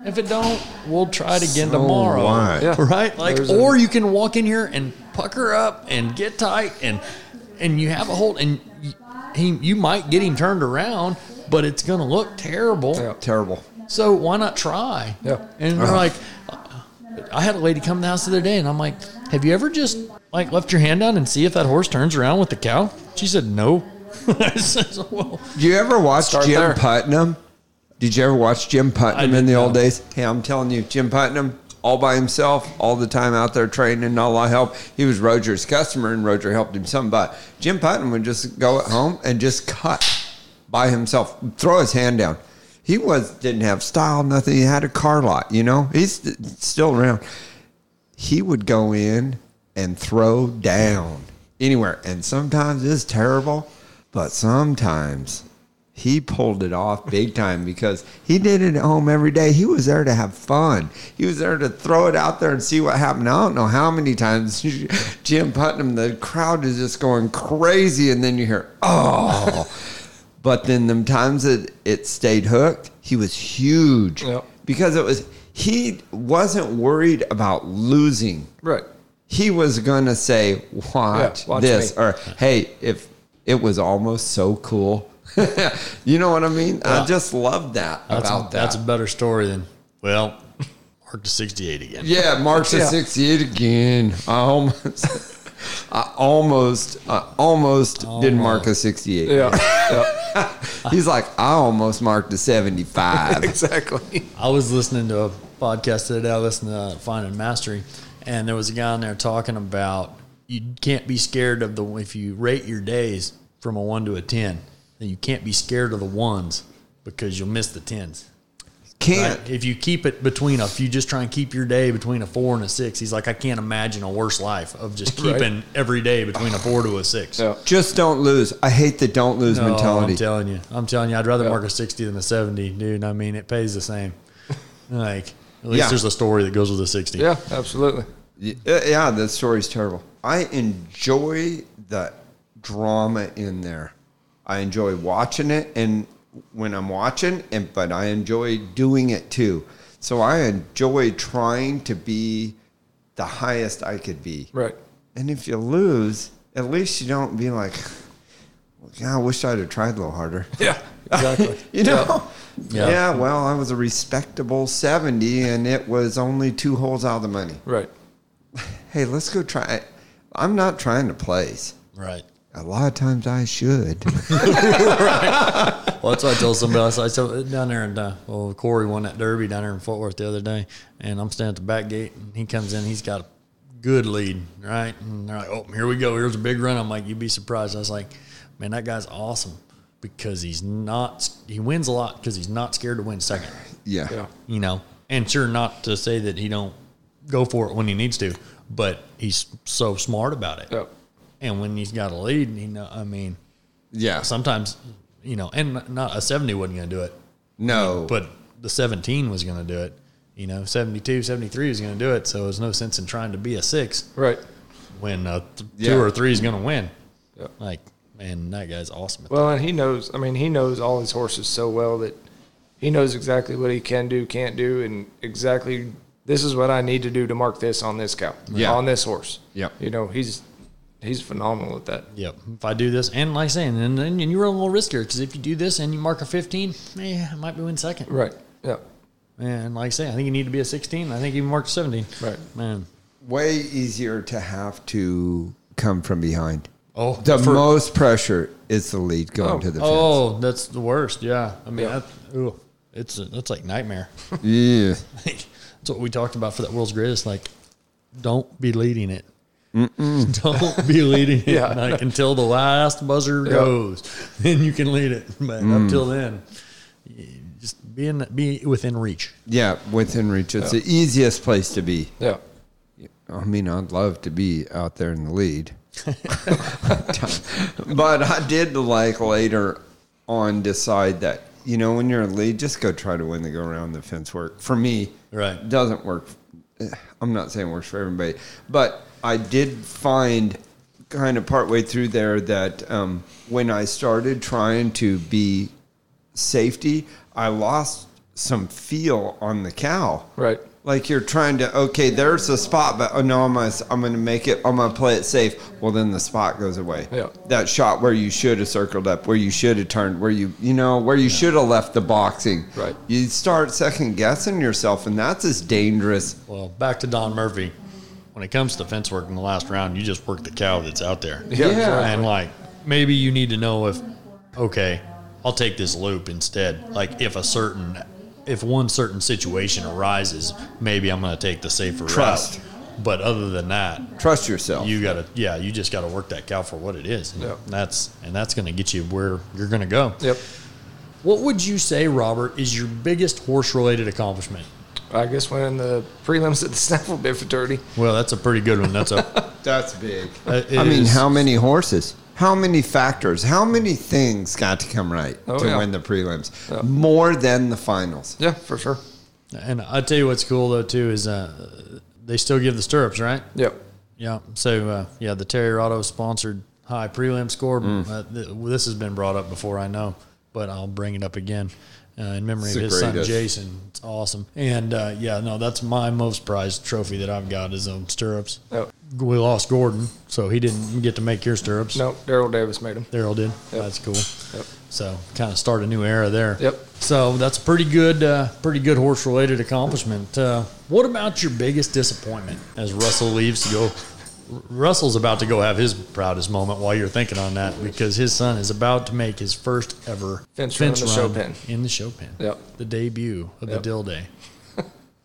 Speaker 1: If it don't, we'll try it again tomorrow.
Speaker 2: what? Yeah.
Speaker 1: Right? Like
Speaker 4: There's a-
Speaker 1: or you can walk in here and pucker up and get tight and and you have a hold and you, he you might get him turned around, but it's gonna look terrible.
Speaker 4: Yeah.
Speaker 2: Terrible.
Speaker 1: So why not try?
Speaker 4: Yeah. Uh-huh.
Speaker 1: And they're like, I had a lady come to the house the other day, and I'm like, Have you ever just like left your hand down and see if that horse turns around with the cow? She said, No. I said, well,
Speaker 2: Do you ever watch
Speaker 4: Start
Speaker 2: Jim
Speaker 4: there.
Speaker 2: Putnam? Did you ever watch Jim Putnam in
Speaker 1: did
Speaker 2: the
Speaker 1: not.
Speaker 2: old days? Hey, I'm telling you, Jim Putnam, all by himself, all the time out there training, and all I help. He was Roger's customer, and Roger helped him some. But Jim Putnam would just go at home and just cut by himself, throw his hand down. He was didn't have style, nothing. He had a car lot, you know. He's st- still around. He would go in and throw down anywhere, and sometimes it's terrible, but sometimes he pulled it off big time because he did it at home every day. He was there to have fun. He was there to throw it out there and see what happened. I don't know how many times Jim Putnam, the crowd is just going crazy, and then you hear, oh. but then them times that it stayed hooked, he was huge
Speaker 4: Yep.
Speaker 2: because it was he wasn't worried about losing
Speaker 4: Right.
Speaker 2: he was gonna say watch,
Speaker 4: Yeah, watch
Speaker 2: this
Speaker 4: me.
Speaker 2: or hey if it was almost so cool you know what i mean i just love that
Speaker 1: that's,
Speaker 2: about that
Speaker 1: that's a better story than, well, Mark to 68 again.
Speaker 2: yeah march the
Speaker 4: Yeah.
Speaker 2: 68 again i almost i almost i almost,
Speaker 1: Oh
Speaker 2: did mark a 68
Speaker 4: Yeah. yeah.
Speaker 2: he's like i almost marked a 75
Speaker 4: Exactly.
Speaker 1: I was listening to a podcast today. I listened to Finding Mastery, and there was a guy on there talking about you can't be scared of the if you rate your days from a one to a ten, then you can't be scared of the ones because you'll miss the tens.
Speaker 2: can't
Speaker 1: Right? If you keep it between a, if you just try and keep your day between a four and a six, he's like, I can't imagine a worse life of just
Speaker 4: Right.
Speaker 1: keeping every day between a four to a six.
Speaker 4: Yeah.
Speaker 2: just don't lose i hate the don't lose
Speaker 1: No,
Speaker 2: mentality
Speaker 1: Oh, I'm telling you, I'm telling you, I'd rather mark a 60 than a 70, dude. I mean, it pays the same. Like, at least
Speaker 2: Yeah.
Speaker 1: there's a story that goes with a 60.
Speaker 4: Yeah. Absolutely.
Speaker 2: Y- uh, Yeah, the story's terrible. I enjoy the drama in there. I enjoy watching it, and when I'm watching, and but I enjoy doing it too. So I enjoy trying to be the highest I could be.
Speaker 4: Right.
Speaker 2: And if you lose, at least you don't be like, "Yeah, I wish I'd have tried a little harder."
Speaker 4: Yeah. Exactly.
Speaker 2: You know?
Speaker 1: Yeah.
Speaker 2: Yeah. well, I was a respectable 70 and it was only two holes out of the money
Speaker 4: Right.
Speaker 2: hey, let's go try. it. I'm not trying to place.
Speaker 1: Right.
Speaker 2: A lot of times I should.
Speaker 1: Well, that's what I told somebody else. I said down there, and uh, well, Corey won that derby down there in Fort Worth the other day, and I'm standing at the back gate, and he comes in, he's got a good lead, right? And they're like, "Oh, here we go. Here's a big run." I'm like, "You'd be surprised." I was like, "Man, that guy's awesome because he's not. He wins a lot because he's not scared to win second.
Speaker 2: yeah.
Speaker 4: Yeah.
Speaker 1: you know. And sure, not to say that he don't go for it when he needs to, but he's so smart about it.
Speaker 4: Yep.
Speaker 1: And when he's got a lead, you know, I mean,
Speaker 2: Yeah.
Speaker 1: sometimes, you know, and not a seventy wasn't going to do it,
Speaker 2: No.
Speaker 1: but the seventeen was going to do it. You know, 72, 73 was going to do it. So there's no sense in trying to be a six
Speaker 4: Right.
Speaker 1: when a th-
Speaker 2: Yeah.
Speaker 1: two or three is going to win.
Speaker 4: Yep.
Speaker 1: Like, man, that guy's awesome. at
Speaker 4: Well, and he knows. I mean, he knows all his horses so well that he knows exactly what he can do, can't do, and exactly this is what I need to do to mark this on this cow,
Speaker 2: Yeah.
Speaker 4: on this horse.
Speaker 2: Yep.
Speaker 4: You know, he's he's phenomenal at that.
Speaker 1: Yep. If I do this, and like I'm saying, and then and you run a little riskier because if you do this and you mark a 15, eh, I might be one second.
Speaker 4: Right. Yeah.
Speaker 1: And like I say, I think you need to be a 16. I think you marked 17.
Speaker 4: Right.
Speaker 1: Man.
Speaker 2: Way easier to have to come from behind.
Speaker 1: Oh,
Speaker 2: The
Speaker 1: for-
Speaker 2: most pressure is the lead going
Speaker 4: Oh.
Speaker 2: to the fence.
Speaker 1: oh, that's the worst. Yeah. I mean,
Speaker 4: Yeah.
Speaker 1: that- ooh, it's that's like nightmare.
Speaker 2: Yeah.
Speaker 1: that's what we talked about for that world's greatest. Like, don't be leading it. Don't be leading it
Speaker 4: Yeah.
Speaker 1: like, until the last buzzer goes. Then you can lead it. But up till then, you just be in be within reach.
Speaker 2: Yeah, within reach. It's the easiest place to be.
Speaker 4: Yeah.
Speaker 2: I mean, I'd love to be out there in the lead. but I did like later on decide that, you know, when you're in lead, just go try to win the go around the fence work. For me,
Speaker 1: Right.
Speaker 2: doesn't work. I'm not saying it works for everybody, but I did find kind of partway through there that um, when I started trying to be safety, I lost some feel on the cow.
Speaker 4: Right.
Speaker 2: Like you're trying to okay, there's a spot, but oh no, I'm gonna, I'm gonna make it. I'm gonna play it safe. Well, then the spot goes away.
Speaker 4: Yeah.
Speaker 2: That shot where you should have circled up, where you should have turned, where you you know where you should have left the boxing.
Speaker 4: Right.
Speaker 2: You start second guessing yourself, and that's as dangerous.
Speaker 1: Well, back to Don Murphy. When it comes to fence work in the last round, you just work the cow that's out there.
Speaker 4: Yeah.
Speaker 2: Yeah.
Speaker 1: And like maybe you need to know if okay, I'll take this loop instead. Like if a certain if one certain situation arises, maybe I'm going to take the safer
Speaker 2: Trust.
Speaker 1: route. But other than that,
Speaker 2: Trust yourself.
Speaker 1: you gotta yeah, you just gotta work that cow for what it is. And
Speaker 4: Yeah.
Speaker 1: that's and that's gonna get you where you're gonna go.
Speaker 4: Yep.
Speaker 1: What would you say, Robert, is your biggest horse related accomplishment?
Speaker 4: I guess winning the prelims at the Snaffle Bit fraternity.
Speaker 1: Well, that's a pretty good one. That's a
Speaker 2: that's big.
Speaker 1: that
Speaker 2: I mean,
Speaker 1: is-
Speaker 2: how many horses? How many factors? How many things got to come right
Speaker 4: Oh,
Speaker 2: to
Speaker 4: yeah.
Speaker 2: win the prelims? More than the finals.
Speaker 4: Yeah, for sure.
Speaker 1: And I tell you what's cool though too is uh, they still give the stirrups, right?
Speaker 4: Yep.
Speaker 1: Yeah. So uh, yeah, the Terry Otto sponsored high prelim score. Uh, th- this has been brought up before, I know, but I'll bring it up again uh, in memory
Speaker 2: It's
Speaker 1: of
Speaker 2: the
Speaker 1: his son
Speaker 2: greatest.
Speaker 1: Jason. It's awesome. And uh, yeah, no, that's my most prized trophy that I've got is on stirrups.
Speaker 4: Yep.
Speaker 1: We lost Gordon, so he didn't get to make your stirrups.
Speaker 4: No, Daryl Davis made him.
Speaker 1: Daryl did.
Speaker 4: Yep.
Speaker 1: That's cool.
Speaker 4: Yep.
Speaker 1: So kind of start a new era there.
Speaker 4: Yep.
Speaker 1: So that's a pretty good, uh, pretty good horse related accomplishment. Uh, what about your biggest disappointment as Russell leaves to go? Russell's about to go have his proudest moment while you're thinking on that because his son is about to make his first ever
Speaker 4: Fence run in the show pen.
Speaker 1: In the show pen.
Speaker 4: Yep.
Speaker 1: The debut of
Speaker 4: Yep.
Speaker 1: the Dill Day.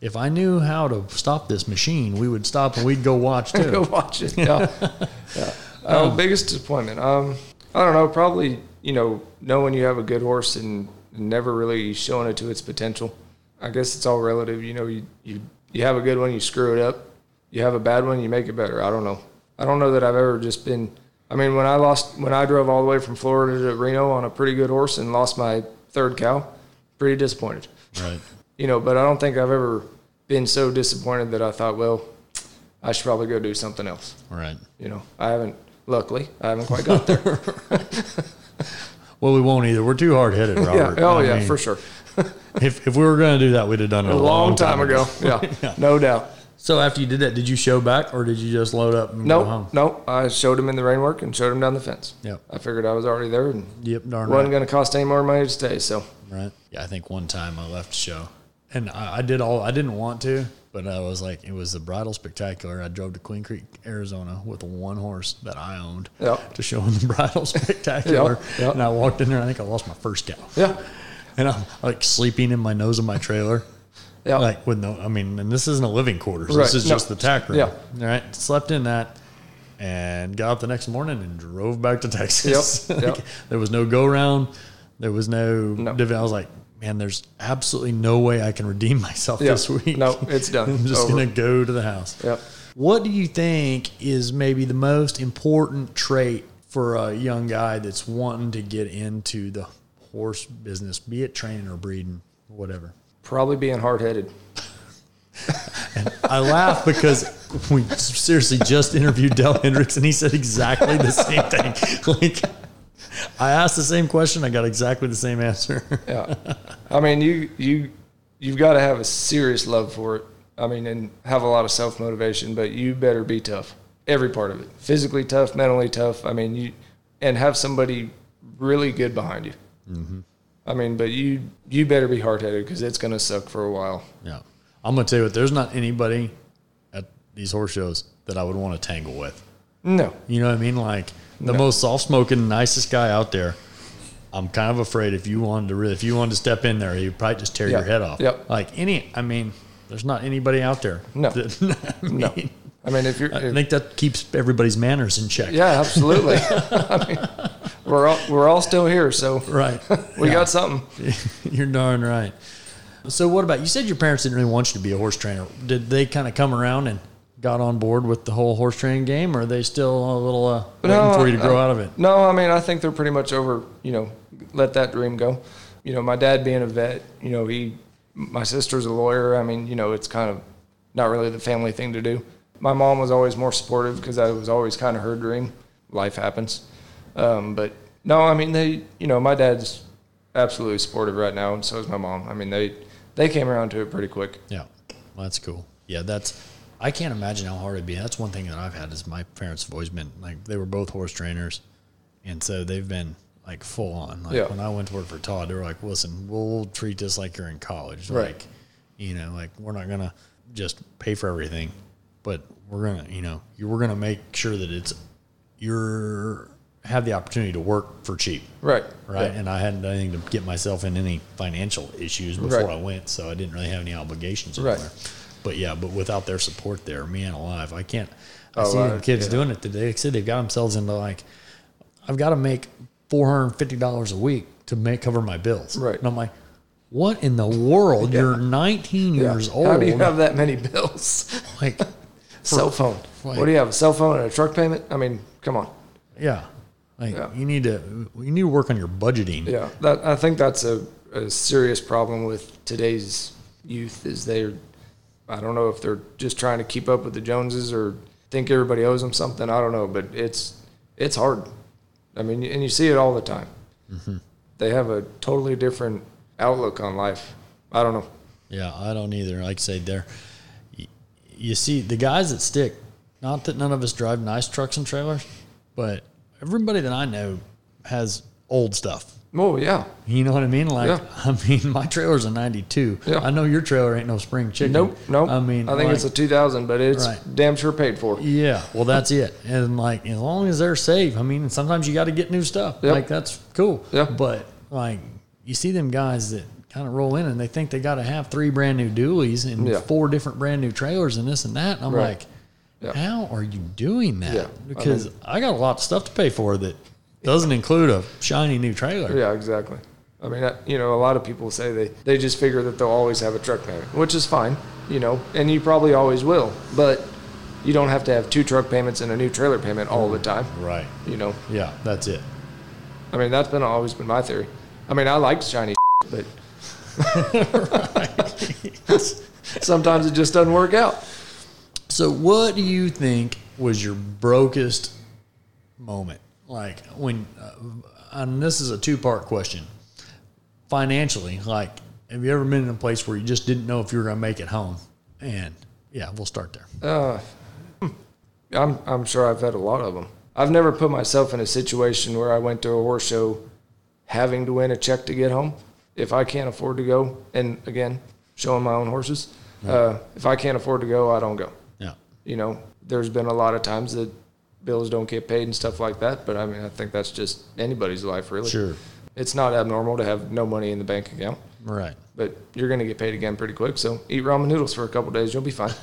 Speaker 1: if I knew how to stop this machine, we would stop and we'd go watch too.
Speaker 4: Go watch it. Yeah. Yeah. Uh, biggest disappointment. Um, I don't know. Probably you know knowing you have a good horse and never really showing it to its potential. I guess it's all relative. You know, you you you have a good one, you screw it up. You have a bad one, you make it better. I don't know. I don't know that I've ever just been. I mean, when I lost, when I drove all the way from Florida to Reno on a pretty good horse and lost my third cow, pretty disappointed
Speaker 1: Right.
Speaker 4: you know, but I don't think I've ever been so disappointed that I thought, well, I should probably go do something else.
Speaker 1: Right.
Speaker 4: You know, I haven't, luckily, I haven't quite got there.
Speaker 1: Well, we won't either. We're too hard headed,
Speaker 4: yeah.
Speaker 1: Robert.
Speaker 4: Oh,
Speaker 1: I
Speaker 4: yeah,
Speaker 1: mean,
Speaker 4: for sure.
Speaker 1: If, if we were going to do that, we'd have done it
Speaker 4: A long time ago. Yeah, no doubt.
Speaker 1: So after you did that, did you show back or did you just load up and go
Speaker 4: No,
Speaker 1: home?
Speaker 4: no, I showed him in the rain work and showed him down the fence.
Speaker 1: Yep.
Speaker 4: I figured I was already there and
Speaker 1: Yep, darn
Speaker 4: wasn't
Speaker 1: right.
Speaker 4: going to cost any more money to stay. So,
Speaker 1: right. Yeah, I think one time I left the show, and I, I did all I didn't want to, but I was like, it was the bridal spectacular. I drove to Queen Creek, Arizona, with one horse that I owned
Speaker 4: Yep.
Speaker 1: to show in the bridal spectacular,
Speaker 4: Yep, yep.
Speaker 1: and I walked in there. I think I lost my first cow,
Speaker 4: yeah,
Speaker 1: and I'm like sleeping in my nose of my trailer.
Speaker 4: yeah.
Speaker 1: Like with no, I mean, and this isn't a living quarters.
Speaker 4: Right,
Speaker 1: This is
Speaker 4: no.
Speaker 1: just the tack room.
Speaker 4: Yeah.
Speaker 1: All right. Slept in that and got up the next morning and drove back to Texas.
Speaker 4: Yep,
Speaker 1: Like,
Speaker 4: yep.
Speaker 1: There was no go round. There was no,
Speaker 4: No.
Speaker 1: div- I was like, man, there's absolutely no way I can redeem myself
Speaker 4: Yeah.
Speaker 1: this week.
Speaker 4: No, it's done.
Speaker 1: I'm just
Speaker 4: Over.
Speaker 1: going to go to the house.
Speaker 4: Yep.
Speaker 1: What do you think is maybe the most important trait for a young guy that's wanting to get into the horse business, be it training or breeding, whatever?
Speaker 4: Probably being hard headed.
Speaker 1: I laugh because we seriously just interviewed Dell Hendricks and he said exactly the same thing. Like, I asked the same question, I got exactly the same answer.
Speaker 4: Yeah. I mean, you you you've got to have a serious love for it. I mean, and have a lot of self motivation, but you better be tough. Every part of it. Physically tough, mentally tough. I mean, you and have somebody really good behind you. I mean, but you you better be hard headed because it's gonna suck for a while.
Speaker 1: Yeah. I'm going to tell you what, there's not anybody at these horse shows that I would want to tangle with.
Speaker 4: No.
Speaker 1: You know what I mean? Like, the most soft smoking, nicest guy out there. I'm kind of afraid if you wanted to really, if you wanted to step in there, you'd probably just tear
Speaker 4: Yeah.
Speaker 1: your head off.
Speaker 4: Yep.
Speaker 1: Like any, I mean, there's not anybody out there.
Speaker 4: No.
Speaker 1: that- I mean,
Speaker 4: No. I mean, if you're,
Speaker 1: I
Speaker 4: if-
Speaker 1: think that keeps everybody's manners in check.
Speaker 4: yeah, absolutely. I mean, we're all we're all still here, so
Speaker 1: Right.
Speaker 4: we got something.
Speaker 1: You're darn right. So what about you said your parents didn't really want you to be a horse trainer. Did they kind of come around and got on board with the whole horse training game or are they still a little uh, waiting
Speaker 4: No,
Speaker 1: for you to grow
Speaker 4: I-
Speaker 1: out of it?
Speaker 4: No, I mean, I think they're pretty much over, you know, let that dream go. You know, my dad being a vet, you know, he, my sister's a lawyer. I mean, you know, it's kind of not really the family thing to do. My mom was always more supportive because that was always kind of her dream. Life happens. Um, but no, I mean, they, you know, my dad's absolutely supportive right now, and so is my mom. I mean, they, they came around to it pretty quick.
Speaker 1: Yeah, well, that's cool. Yeah, that's. I can't imagine how hard it'd be. That's one thing that I've had is my parents have always been like they were both horse trainers, and so they've been like full on. Like
Speaker 4: Yeah.
Speaker 1: when I went to work for Todd, they were like, "Listen, we'll treat this like you're in college.
Speaker 4: Right.
Speaker 1: Like, you know, like we're not gonna just pay for everything, but we're gonna, you know, you, we're gonna make sure that it's you're have the opportunity to work for cheap."
Speaker 4: Right.
Speaker 1: right?
Speaker 4: Yeah.
Speaker 1: And I hadn't done anything to get myself in any financial issues before
Speaker 4: Right.
Speaker 1: I went, so I didn't really have any obligations
Speaker 4: Right.
Speaker 1: anywhere. But yeah, but without their support there, man alive, I can't. I
Speaker 4: Oh,
Speaker 1: see
Speaker 4: I-
Speaker 1: them kids doing it today. Like I said, they've got themselves into like, I've got to make four hundred fifty dollars a week to make cover my bills.
Speaker 4: Right.
Speaker 1: And I'm like, what in the world? You're 19 years old.
Speaker 4: How do you have that many bills?
Speaker 1: like,
Speaker 4: cell phone.
Speaker 1: Wait.
Speaker 4: What do you have? A cell phone and a truck payment? I mean, come on.
Speaker 1: yeah, like
Speaker 4: Yeah.
Speaker 1: you need to you need to work on your budgeting.
Speaker 4: Yeah, that I think that's a, a serious problem with today's youth is they're I don't know if they're just trying to keep up with the Joneses or think everybody owes them something. I don't know, but it's it's hard. I mean, and you see it all the time.
Speaker 1: Mm-hmm.
Speaker 4: They have a totally different outlook on life. I don't know.
Speaker 1: Yeah, I don't either. Like I said, there, y- you see the guys that stick. Not that none of us drive nice trucks and trailers, but everybody that I know has old stuff.
Speaker 4: Well, yeah,
Speaker 1: You know what I mean? Like,
Speaker 4: Yeah.
Speaker 1: I mean, my trailer's a '92.
Speaker 4: Yeah.
Speaker 1: I know your trailer ain't no spring chicken.
Speaker 4: nope, nope.
Speaker 1: I mean,
Speaker 4: I think
Speaker 1: like,
Speaker 4: it's a 2000, but it's
Speaker 1: Right.
Speaker 4: damn sure paid for.
Speaker 1: yeah. Well, that's it. And like, as long as they're safe, I mean, sometimes you got to get new stuff.
Speaker 4: Yep.
Speaker 1: Like that's cool.
Speaker 4: Yeah.
Speaker 1: But like, you see them guys that kind of roll in and they think they got to have three brand new dualies and
Speaker 4: Yeah.
Speaker 1: four different brand new trailers and this and that. And I'm
Speaker 4: Right.
Speaker 1: like,
Speaker 4: Yeah.
Speaker 1: how are you doing that?
Speaker 4: Yeah. I
Speaker 1: Because I, got a lot of stuff to pay for that doesn't include a shiny new trailer.
Speaker 4: Yeah, exactly. I mean, I- you know, a lot of people say they, they just figure that they'll always have a truck payment, which is fine, you know, and you probably always will, but you don't have to have two truck payments and a new trailer payment all the time,
Speaker 1: Right.
Speaker 4: you know.
Speaker 1: Yeah. That's it.
Speaker 4: I mean, that's been always been my theory. I mean, I like shiny, but sometimes it just doesn't work out.
Speaker 1: So, what do you think was your brokest moment? Like when, uh, and this is a two-part question. Financially, like, have you ever been in a place where you just didn't know if you were going to make it home? And yeah, we'll start there.
Speaker 4: I'm I'm sure I've had a lot of them. I've never put myself in a situation where I went to a horse show having to win a check to get home. If I can't afford to go, and again, showing my own horses, uh, if I can't afford to go, I don't go.
Speaker 1: yeah,
Speaker 4: You know, there's been a lot of times that bills don't get paid and stuff like that, but I mean, I think that's just anybody's life, really.
Speaker 1: Sure.
Speaker 4: It's not abnormal to have no money in the bank account,
Speaker 1: right.
Speaker 4: but you're going to get paid again pretty quick. So eat ramen noodles for a couple days, you'll be fine.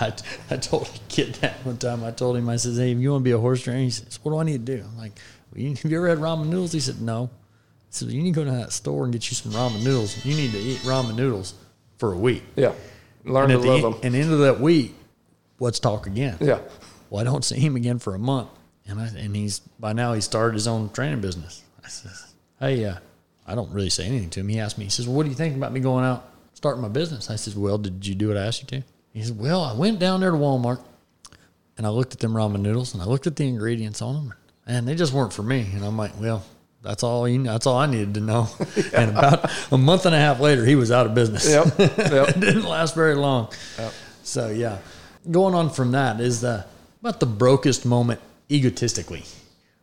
Speaker 1: I, I told a kid that one time. I told him, I says, "Hey, if you want to be a horse trainer," he says, "What do I need to do?" I'm like, well, you, "Have you ever had ramen noodles?" He said, "No." I said, "You need to go to that store and get you some ramen noodles. You need to eat ramen noodles for a week."
Speaker 4: yeah. Learn
Speaker 1: And at
Speaker 4: to
Speaker 1: the e- end,
Speaker 4: love them.
Speaker 1: and end of that week, let's talk again.
Speaker 4: yeah.
Speaker 1: Well, I don't see him again for a month, and I, and he's by now he started his own training business. I says, hey, uh, I don't really say anything to him. He asked me, he says, well, what do you think about me going out starting my business? I says, well, did you do what I asked you to? He says, well, I went down there to Walmart and I looked at them ramen noodles and I looked at the ingredients on them, and they just weren't for me. And I'm like, well. That's all you know. That's all I needed to know. And about a month and a half later, he was out of business
Speaker 4: Yep. Yep.
Speaker 1: it didn't last very long. So yeah, going on from that is the about the brokest moment egotistically.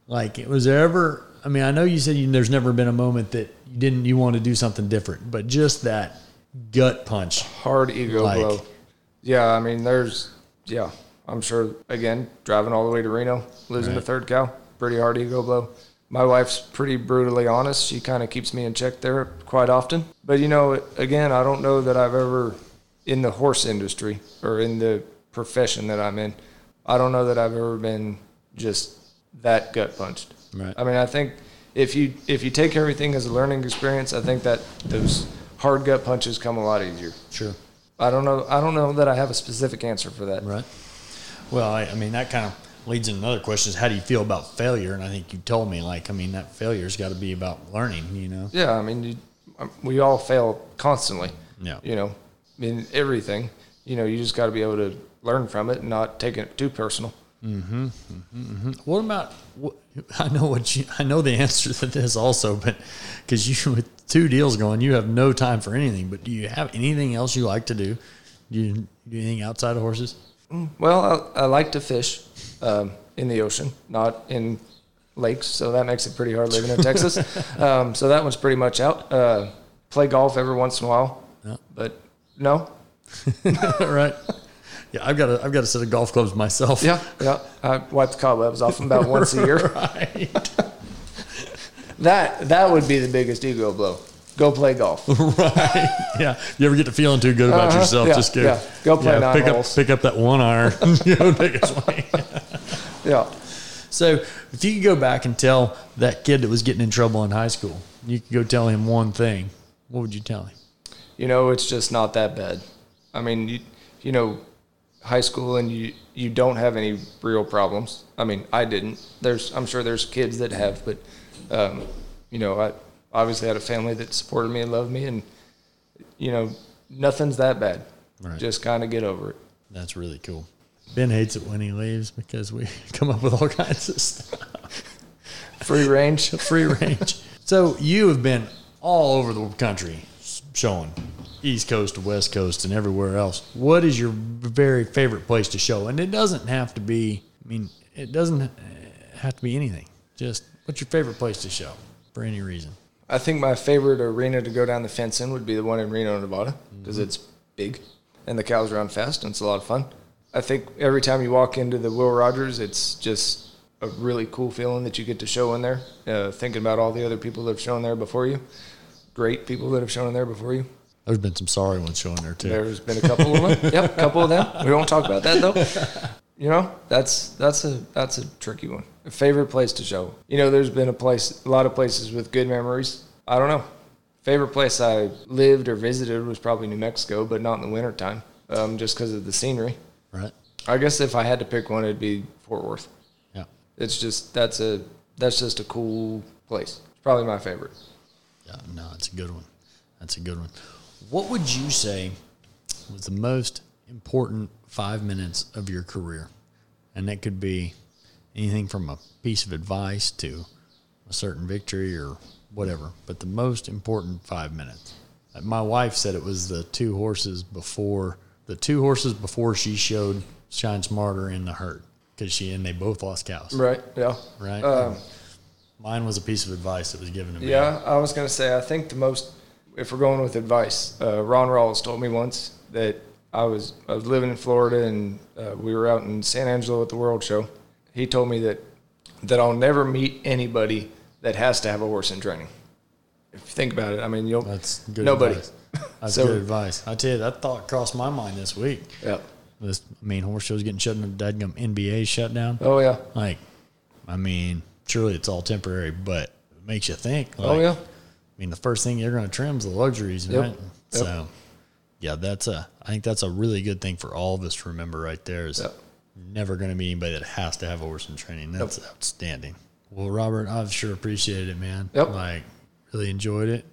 Speaker 1: Like it was ever. I mean, I know you said you, there's never been a moment that you didn't you want to do something different, but just that gut punch.
Speaker 4: hard ego
Speaker 1: Like-
Speaker 4: blow. Yeah, I mean, there's, yeah, I'm sure. Again, driving all the way to Reno, losing the third cow, pretty hard ego blow. My wife's pretty brutally honest. She kind of keeps me in check there quite often. But you know, again, I don't know that I've ever in the horse industry or in the profession that I'm in. I don't know that I've ever been just that gut punched.
Speaker 1: Right.
Speaker 4: I mean, I think if you if you take everything as a learning experience, I think that those hard gut punches come a lot easier.
Speaker 1: Sure.
Speaker 4: I don't know. I don't know that I have a specific answer for that.
Speaker 1: Right. Well, I, I mean, that kind of leads into another question is how do you feel about failure? And I think you told me, like, I mean, that failure's got to be about learning, you know?
Speaker 4: Yeah, I mean, you, um, we all fail constantly.
Speaker 1: Yeah.
Speaker 4: You know, in everything, you know, you just got to be able to learn from it and not take it too personal.
Speaker 1: What about, what, I know what you, I know the answer to this also, but because you, with two deals going, you have no time for anything, but do you have anything else you like to do? Do you do anything outside of horses?
Speaker 4: Well, I, I like to fish um, in the ocean, not in lakes, so that makes it pretty hard living in Texas. um, so that one's pretty much out. Uh, play golf every once in a while,
Speaker 1: Yeah.
Speaker 4: but no,
Speaker 1: right. Yeah. I've got a, I've got a set of golf clubs myself.
Speaker 4: yeah, yeah. I wipe the cobwebs off them about once a year.
Speaker 1: Right.
Speaker 4: That that would be the biggest ego blow. Go play golf.
Speaker 1: Yeah, you ever get to feeling too good about
Speaker 4: Uh-huh.
Speaker 1: yourself?
Speaker 4: Yeah,
Speaker 1: Just go,
Speaker 4: yeah. Go play nine
Speaker 1: pick
Speaker 4: holes.
Speaker 1: up, pick up that one iron. you know, take a swing.
Speaker 4: yeah.
Speaker 1: So, if you could go back and tell that kid that was getting in trouble in high school, you could go tell him one thing. What would you tell him?
Speaker 4: you know, it's just not that bad. I mean, you, you know, high school and you, you don't have any real problems. I mean, I didn't. There's, I'm sure there's kids that have, but, um, you know, I obviously had a family that supported me and loved me, and, you know, nothing's that bad.
Speaker 1: Right.
Speaker 4: Just kind of get over it.
Speaker 1: That's really cool. Ben hates it when he leaves because we come up with all kinds of stuff,
Speaker 4: Free range.
Speaker 1: free range. so, you have been all over the country showing. East Coast to West Coast and everywhere else. What is your very favorite place to show? And it doesn't have to be. I mean, it doesn't uh, have to be anything. Just what's your favorite place to show for any reason?
Speaker 4: I think my favorite arena to go down the fence in would be the one in Reno, Nevada, because it's big and the cows run fast and it's a lot of fun. I think every time you walk into the Will Rogers, it's just a really cool feeling that you get to show in there. Uh, thinking about all the other people that have shown there before you, great people that have shown in there before you.
Speaker 1: There's been some sorry ones showing there too.
Speaker 4: There's been a couple of them. Yep, a couple of them. We won't talk about that though. You know, that's that's a that's a tricky one. Favorite place to show. You know, there's been a place, a lot of places with good memories. I don't know. Favorite place I lived or visited was probably New Mexico, but not in the wintertime, um, just because of the scenery.
Speaker 1: Right?
Speaker 4: I guess if I had to pick one, it'd be Fort Worth.
Speaker 1: Yeah.
Speaker 4: It's just that's a that's just a cool place. It's probably my favorite.
Speaker 1: yeah. No, it's a good one. That's a good one. What would you say was the most important five minutes of your career? And that could be anything from a piece of advice to a certain victory or whatever, but the most important five minutes. Like, My wife said it was the two horses before the two horses before she showed Shine Smarter in the herd because she and they both lost cows.
Speaker 4: Right. Yeah.
Speaker 1: Right.
Speaker 4: Um,
Speaker 1: Mine was a piece of advice that was given to me.
Speaker 4: Yeah, I was going to say, I think the most, if we're going with advice, uh, Ron Rawls told me once that I was, I was living in Florida and uh, we were out in San Angelo at the World Show. He told me that, that I'll never meet anybody that has to have a horse in training. If you think about it, I mean, you'll,
Speaker 1: That's good.
Speaker 4: nobody.
Speaker 1: Advice. That's
Speaker 4: So-
Speaker 1: good advice. I tell you, that thought crossed my mind this week.
Speaker 4: Yeah.
Speaker 1: This, I mean, horse shows getting shut down. Dadgum NBA shut down.
Speaker 4: Oh, yeah.
Speaker 1: Like, I mean, surely it's all temporary, but it makes you think.
Speaker 4: oh,
Speaker 1: like,
Speaker 4: yeah.
Speaker 1: I mean, the first thing you're going to trim is the luxuries,
Speaker 4: Yep.
Speaker 1: right? So, yeah, that's a. I think that's a really good thing for all of us to remember right there. Is
Speaker 4: Yep.
Speaker 1: never going to be anybody that has to have a horse in training. That's outstanding. Well, Robert, I've sure appreciated it, man.
Speaker 4: Yep.
Speaker 1: Like, really enjoyed it.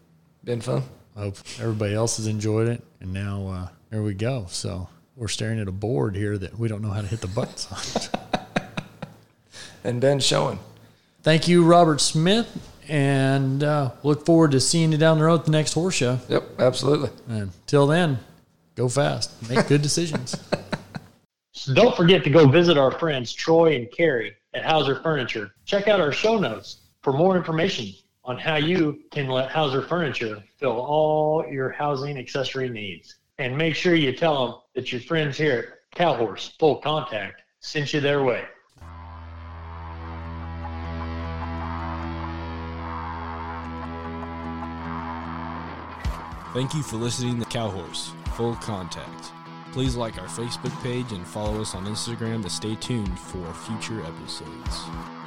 Speaker 4: Been fun.
Speaker 1: I hope everybody else has enjoyed it. And now uh, there we go. So we're staring at a board here that we don't know how to hit the buttons on.
Speaker 4: And been showing.
Speaker 1: Thank you, Robert Smith. And uh, look forward to seeing you down the road at the next horse show.
Speaker 4: Yep, absolutely.
Speaker 1: And till then, go fast, make good decisions.
Speaker 3: So don't forget to go visit our friends Troy and Carrie at Hauser Furniture. Check out our show notes for more information on how you can let Hauser Furniture fill all your housing accessory needs. And make sure you tell them that your friends here at Cowhorse Full Contact sent you their way.
Speaker 6: Thank you for listening to Cowhorse Full Contact. Please like our Facebook page and follow us on Instagram to stay tuned for future episodes.